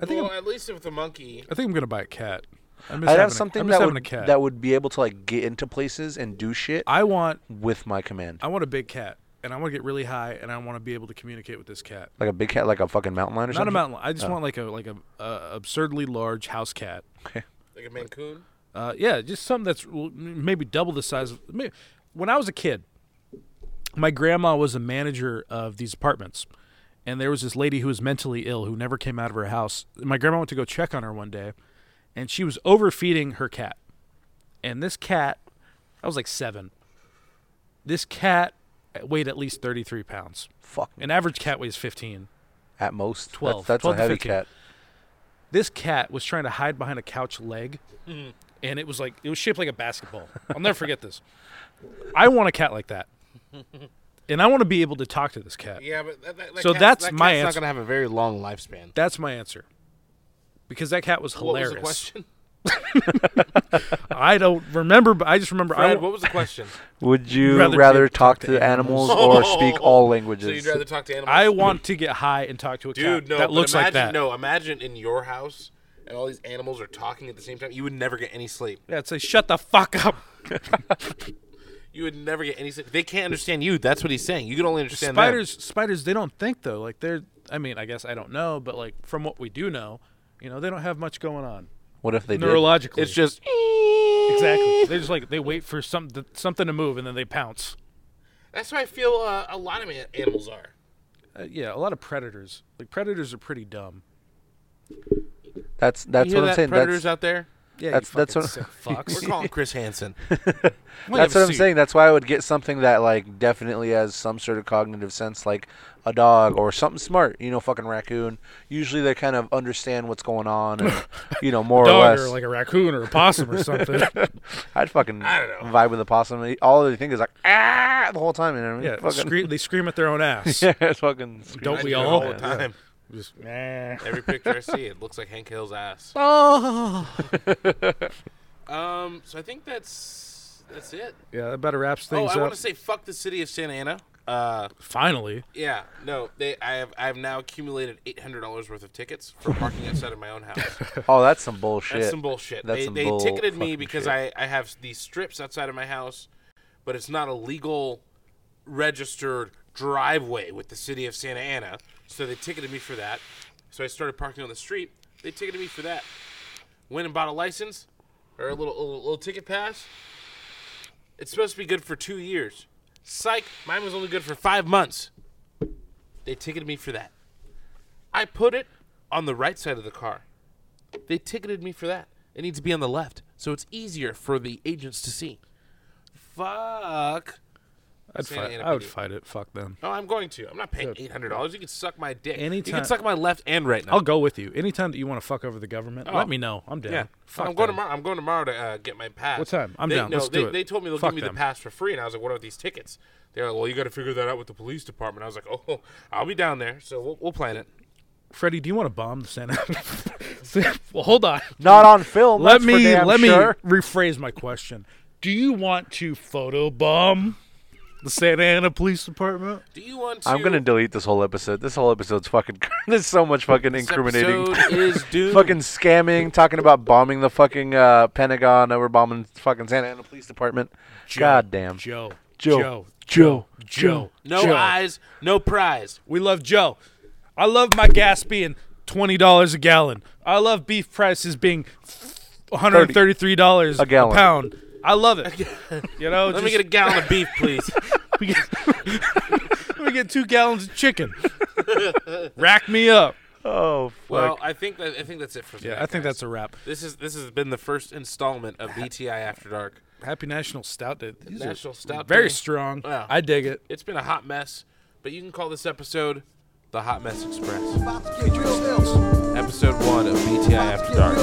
[SPEAKER 2] I think.
[SPEAKER 1] well,
[SPEAKER 2] I'm,
[SPEAKER 1] at least with the monkey.
[SPEAKER 2] I think I'm gonna buy a cat. I miss
[SPEAKER 3] I'd
[SPEAKER 2] having
[SPEAKER 3] have
[SPEAKER 2] a-
[SPEAKER 3] something
[SPEAKER 2] I miss
[SPEAKER 3] that
[SPEAKER 2] having
[SPEAKER 3] would
[SPEAKER 2] a cat.
[SPEAKER 3] that would be able to like get into places and do shit
[SPEAKER 2] I want.
[SPEAKER 3] with my command,
[SPEAKER 2] I want a big cat, and I want to get really high, and I want to be able to communicate with this cat.
[SPEAKER 3] like a big cat, like a fucking mountain lion or
[SPEAKER 2] Not a
[SPEAKER 3] something.
[SPEAKER 2] mountain. lion. I just want like a like a uh, absurdly large house cat.
[SPEAKER 1] Like a Mancoon.
[SPEAKER 2] Uh, yeah, just something that's well, m- maybe double the size. Of, maybe, when I was a kid, my grandma was a manager of these apartments, and there was this lady who was mentally ill who never came out of her house. My grandma went to go check on her one day, and she was overfeeding her cat. And this cat, I was like seven. This cat weighed at least thirty-three pounds.
[SPEAKER 3] Fuck,
[SPEAKER 2] An average cat weighs fifteen.
[SPEAKER 3] at most
[SPEAKER 2] 12,
[SPEAKER 3] That's, that's
[SPEAKER 2] 12
[SPEAKER 3] a
[SPEAKER 2] to
[SPEAKER 3] heavy
[SPEAKER 2] 15.
[SPEAKER 3] cat.
[SPEAKER 2] this cat was trying to hide behind a couch leg
[SPEAKER 1] Mm-hmm.
[SPEAKER 2] and it was like it was shaped like a basketball i'll never forget this i want a cat like that and i want to be able to talk to this cat
[SPEAKER 1] Yeah, but that, that, that
[SPEAKER 2] So
[SPEAKER 1] cat's-
[SPEAKER 2] that's
[SPEAKER 1] that
[SPEAKER 2] my
[SPEAKER 1] cat's not
[SPEAKER 2] answer.
[SPEAKER 1] going to have a very long lifespan.
[SPEAKER 2] that's my answer because that cat was
[SPEAKER 1] What
[SPEAKER 2] hilarious
[SPEAKER 1] was the question?
[SPEAKER 2] I don't remember, but I just remember I
[SPEAKER 1] Brad,
[SPEAKER 2] wa-
[SPEAKER 1] what was the question?
[SPEAKER 3] Would you
[SPEAKER 2] Rather
[SPEAKER 3] rather,
[SPEAKER 2] be-
[SPEAKER 3] talk to animals or speak all languages?
[SPEAKER 1] So you'd rather talk to animals?
[SPEAKER 2] I want to get high and talk to a cat
[SPEAKER 1] Dude, no.
[SPEAKER 2] that
[SPEAKER 1] but
[SPEAKER 2] looks
[SPEAKER 1] imagine,
[SPEAKER 2] like that.
[SPEAKER 1] No, imagine in your house and all these animals are talking at the same time. You would never get any sleep.
[SPEAKER 2] Yeah, say shut the fuck up.
[SPEAKER 1] You would never get any sleep. They can't understand you. That's what he's saying. You can only understand them.
[SPEAKER 2] spiders spiders they don't think though. Like they're I mean, I guess I don't know, but like from what we do know, you know, they don't have much going on
[SPEAKER 3] what if they did?
[SPEAKER 2] neurologically.
[SPEAKER 1] It's just
[SPEAKER 2] exactly. They just like they wait for something something to move and then they pounce.
[SPEAKER 1] that's how I feel. Uh, a lot of an- animals are.
[SPEAKER 2] Uh, yeah, a lot of predators. Like predators are pretty dumb.
[SPEAKER 3] That's that's
[SPEAKER 1] you hear
[SPEAKER 3] what I'm
[SPEAKER 1] that
[SPEAKER 3] saying.
[SPEAKER 1] predators
[SPEAKER 3] That's,
[SPEAKER 1] out there.
[SPEAKER 2] Yeah,
[SPEAKER 3] That's- that's
[SPEAKER 2] fucking
[SPEAKER 3] what-
[SPEAKER 2] sick
[SPEAKER 1] We're
[SPEAKER 2] fox.
[SPEAKER 1] calling Chris Hansen.
[SPEAKER 3] that's what I'm saying. That's why I would get something that like definitely has some sort of cognitive sense, like a dog or something smart. You know, fucking raccoon. Usually they kind of understand what's going on, and you know more or
[SPEAKER 2] Dog
[SPEAKER 3] less.
[SPEAKER 2] or like a raccoon or a possum or something.
[SPEAKER 3] I'd fucking
[SPEAKER 1] I don't know.
[SPEAKER 3] vibe with a possum. All they think is like ah the whole time. You know what I mean?
[SPEAKER 2] yeah,
[SPEAKER 3] fucking,
[SPEAKER 2] scream, they scream at their own ass.
[SPEAKER 3] yeah, it's fucking. scream.
[SPEAKER 2] Don't
[SPEAKER 1] I
[SPEAKER 2] we
[SPEAKER 1] do it
[SPEAKER 2] all?
[SPEAKER 1] the time.
[SPEAKER 2] Just, nah.
[SPEAKER 1] Every picture I see, it looks like Hank Hill's ass.
[SPEAKER 2] Oh.
[SPEAKER 1] Um, so I think that's that's it.
[SPEAKER 2] Yeah, that better wraps
[SPEAKER 1] Oh,
[SPEAKER 2] things
[SPEAKER 1] I want
[SPEAKER 2] up.
[SPEAKER 1] to say fuck the city of Santa Ana. Uh,
[SPEAKER 2] Finally,
[SPEAKER 1] yeah, no, they. I have I have now accumulated eight hundred dollars worth of tickets for parking outside of my own house.
[SPEAKER 3] Oh, that's some bullshit.
[SPEAKER 1] That's some bullshit.
[SPEAKER 3] That's
[SPEAKER 1] they
[SPEAKER 3] some
[SPEAKER 1] they
[SPEAKER 3] bull
[SPEAKER 1] ticketed me
[SPEAKER 3] fucking
[SPEAKER 1] because
[SPEAKER 3] shit.
[SPEAKER 1] I, I have these strips outside of my house, but it's not a legal registered driveway with the city of Santa Ana. So they ticketed me for that. So I started parking on the street. They ticketed me for that. Went and bought a license or a little, little, little ticket pass. It's supposed to be good for two years. Psych, mine was only good for five months. They ticketed me for that. I put it on the right side of the car. They ticketed me for that. It needs to be on the left, so it's easier for the agents to see. Fuck.
[SPEAKER 2] I'd
[SPEAKER 1] Santa
[SPEAKER 2] fight.
[SPEAKER 1] Ana
[SPEAKER 2] I would
[SPEAKER 1] PD.
[SPEAKER 2] fight it. Fuck them.
[SPEAKER 1] No, I'm going to. I'm not paying eight hundred dollars. You can suck my dick. You
[SPEAKER 2] Anytime-
[SPEAKER 1] can suck my left and right now.
[SPEAKER 2] I'll go with you. Anytime that you want to fuck over the government, let me know. Oh. I'm down.
[SPEAKER 1] yeah.
[SPEAKER 2] Fuck
[SPEAKER 1] I'm going
[SPEAKER 2] them.
[SPEAKER 1] tomorrow. I'm going tomorrow to uh, get my pass.
[SPEAKER 2] What time? I'm
[SPEAKER 1] they,
[SPEAKER 2] down.
[SPEAKER 1] No,
[SPEAKER 2] Let's
[SPEAKER 1] they,
[SPEAKER 2] do it.
[SPEAKER 1] they told me they'll
[SPEAKER 2] Fuck
[SPEAKER 1] give me
[SPEAKER 2] them.
[SPEAKER 1] the pass for free, and I was like, "What about these tickets?" They're like, "Well, you got to figure that out with the police department." I was like, "Oh, I'll be down there, so we'll, we'll plan it."
[SPEAKER 2] Freddie, do you want to bomb the Santa? Ana- well, hold on.
[SPEAKER 3] Not on film.
[SPEAKER 2] Let
[SPEAKER 3] that's for
[SPEAKER 2] me
[SPEAKER 3] damn
[SPEAKER 2] let
[SPEAKER 3] sure.
[SPEAKER 2] me rephrase my question. Do you want to photobomb the Santa Ana Police Department?
[SPEAKER 1] Do you want? to
[SPEAKER 3] I'm gonna delete this whole episode. This whole episode's fucking. There's so much fucking
[SPEAKER 1] This
[SPEAKER 3] incriminating.
[SPEAKER 1] episode is doomed.
[SPEAKER 3] fucking scamming, talking about bombing the fucking uh, Pentagon. Now we're bombing fucking Santa Ana Police Department. God damn.
[SPEAKER 2] Joe.
[SPEAKER 3] Joe.
[SPEAKER 2] Joe.
[SPEAKER 3] Joe.
[SPEAKER 2] Joe.
[SPEAKER 1] no
[SPEAKER 2] Joe.
[SPEAKER 1] eyes, no prize.
[SPEAKER 2] We love Joe. I love my gas being twenty dollars a gallon. I love beef prices being one hundred thirty-three dollars a
[SPEAKER 3] gallon.
[SPEAKER 2] pound. I love it. You know,
[SPEAKER 1] Let me get a gallon of beef, please.
[SPEAKER 2] We get, we get two gallons of chicken. Rack me up.
[SPEAKER 3] Oh, fuck.
[SPEAKER 1] well, I think that, I think that's it for today.
[SPEAKER 2] Yeah, I think
[SPEAKER 1] guys.
[SPEAKER 2] that's a wrap.
[SPEAKER 1] This is this has been the first installment of BTI After Dark.
[SPEAKER 2] Happy National Stout Day. These are
[SPEAKER 1] National Stout
[SPEAKER 2] Very
[SPEAKER 1] Day.
[SPEAKER 2] strong.
[SPEAKER 1] Yeah.
[SPEAKER 2] I dig it.
[SPEAKER 1] It's been a hot mess, but you can call this episode the Hot Mess Express,
[SPEAKER 5] About to get drilled else.
[SPEAKER 1] episode one of BTI After Dark.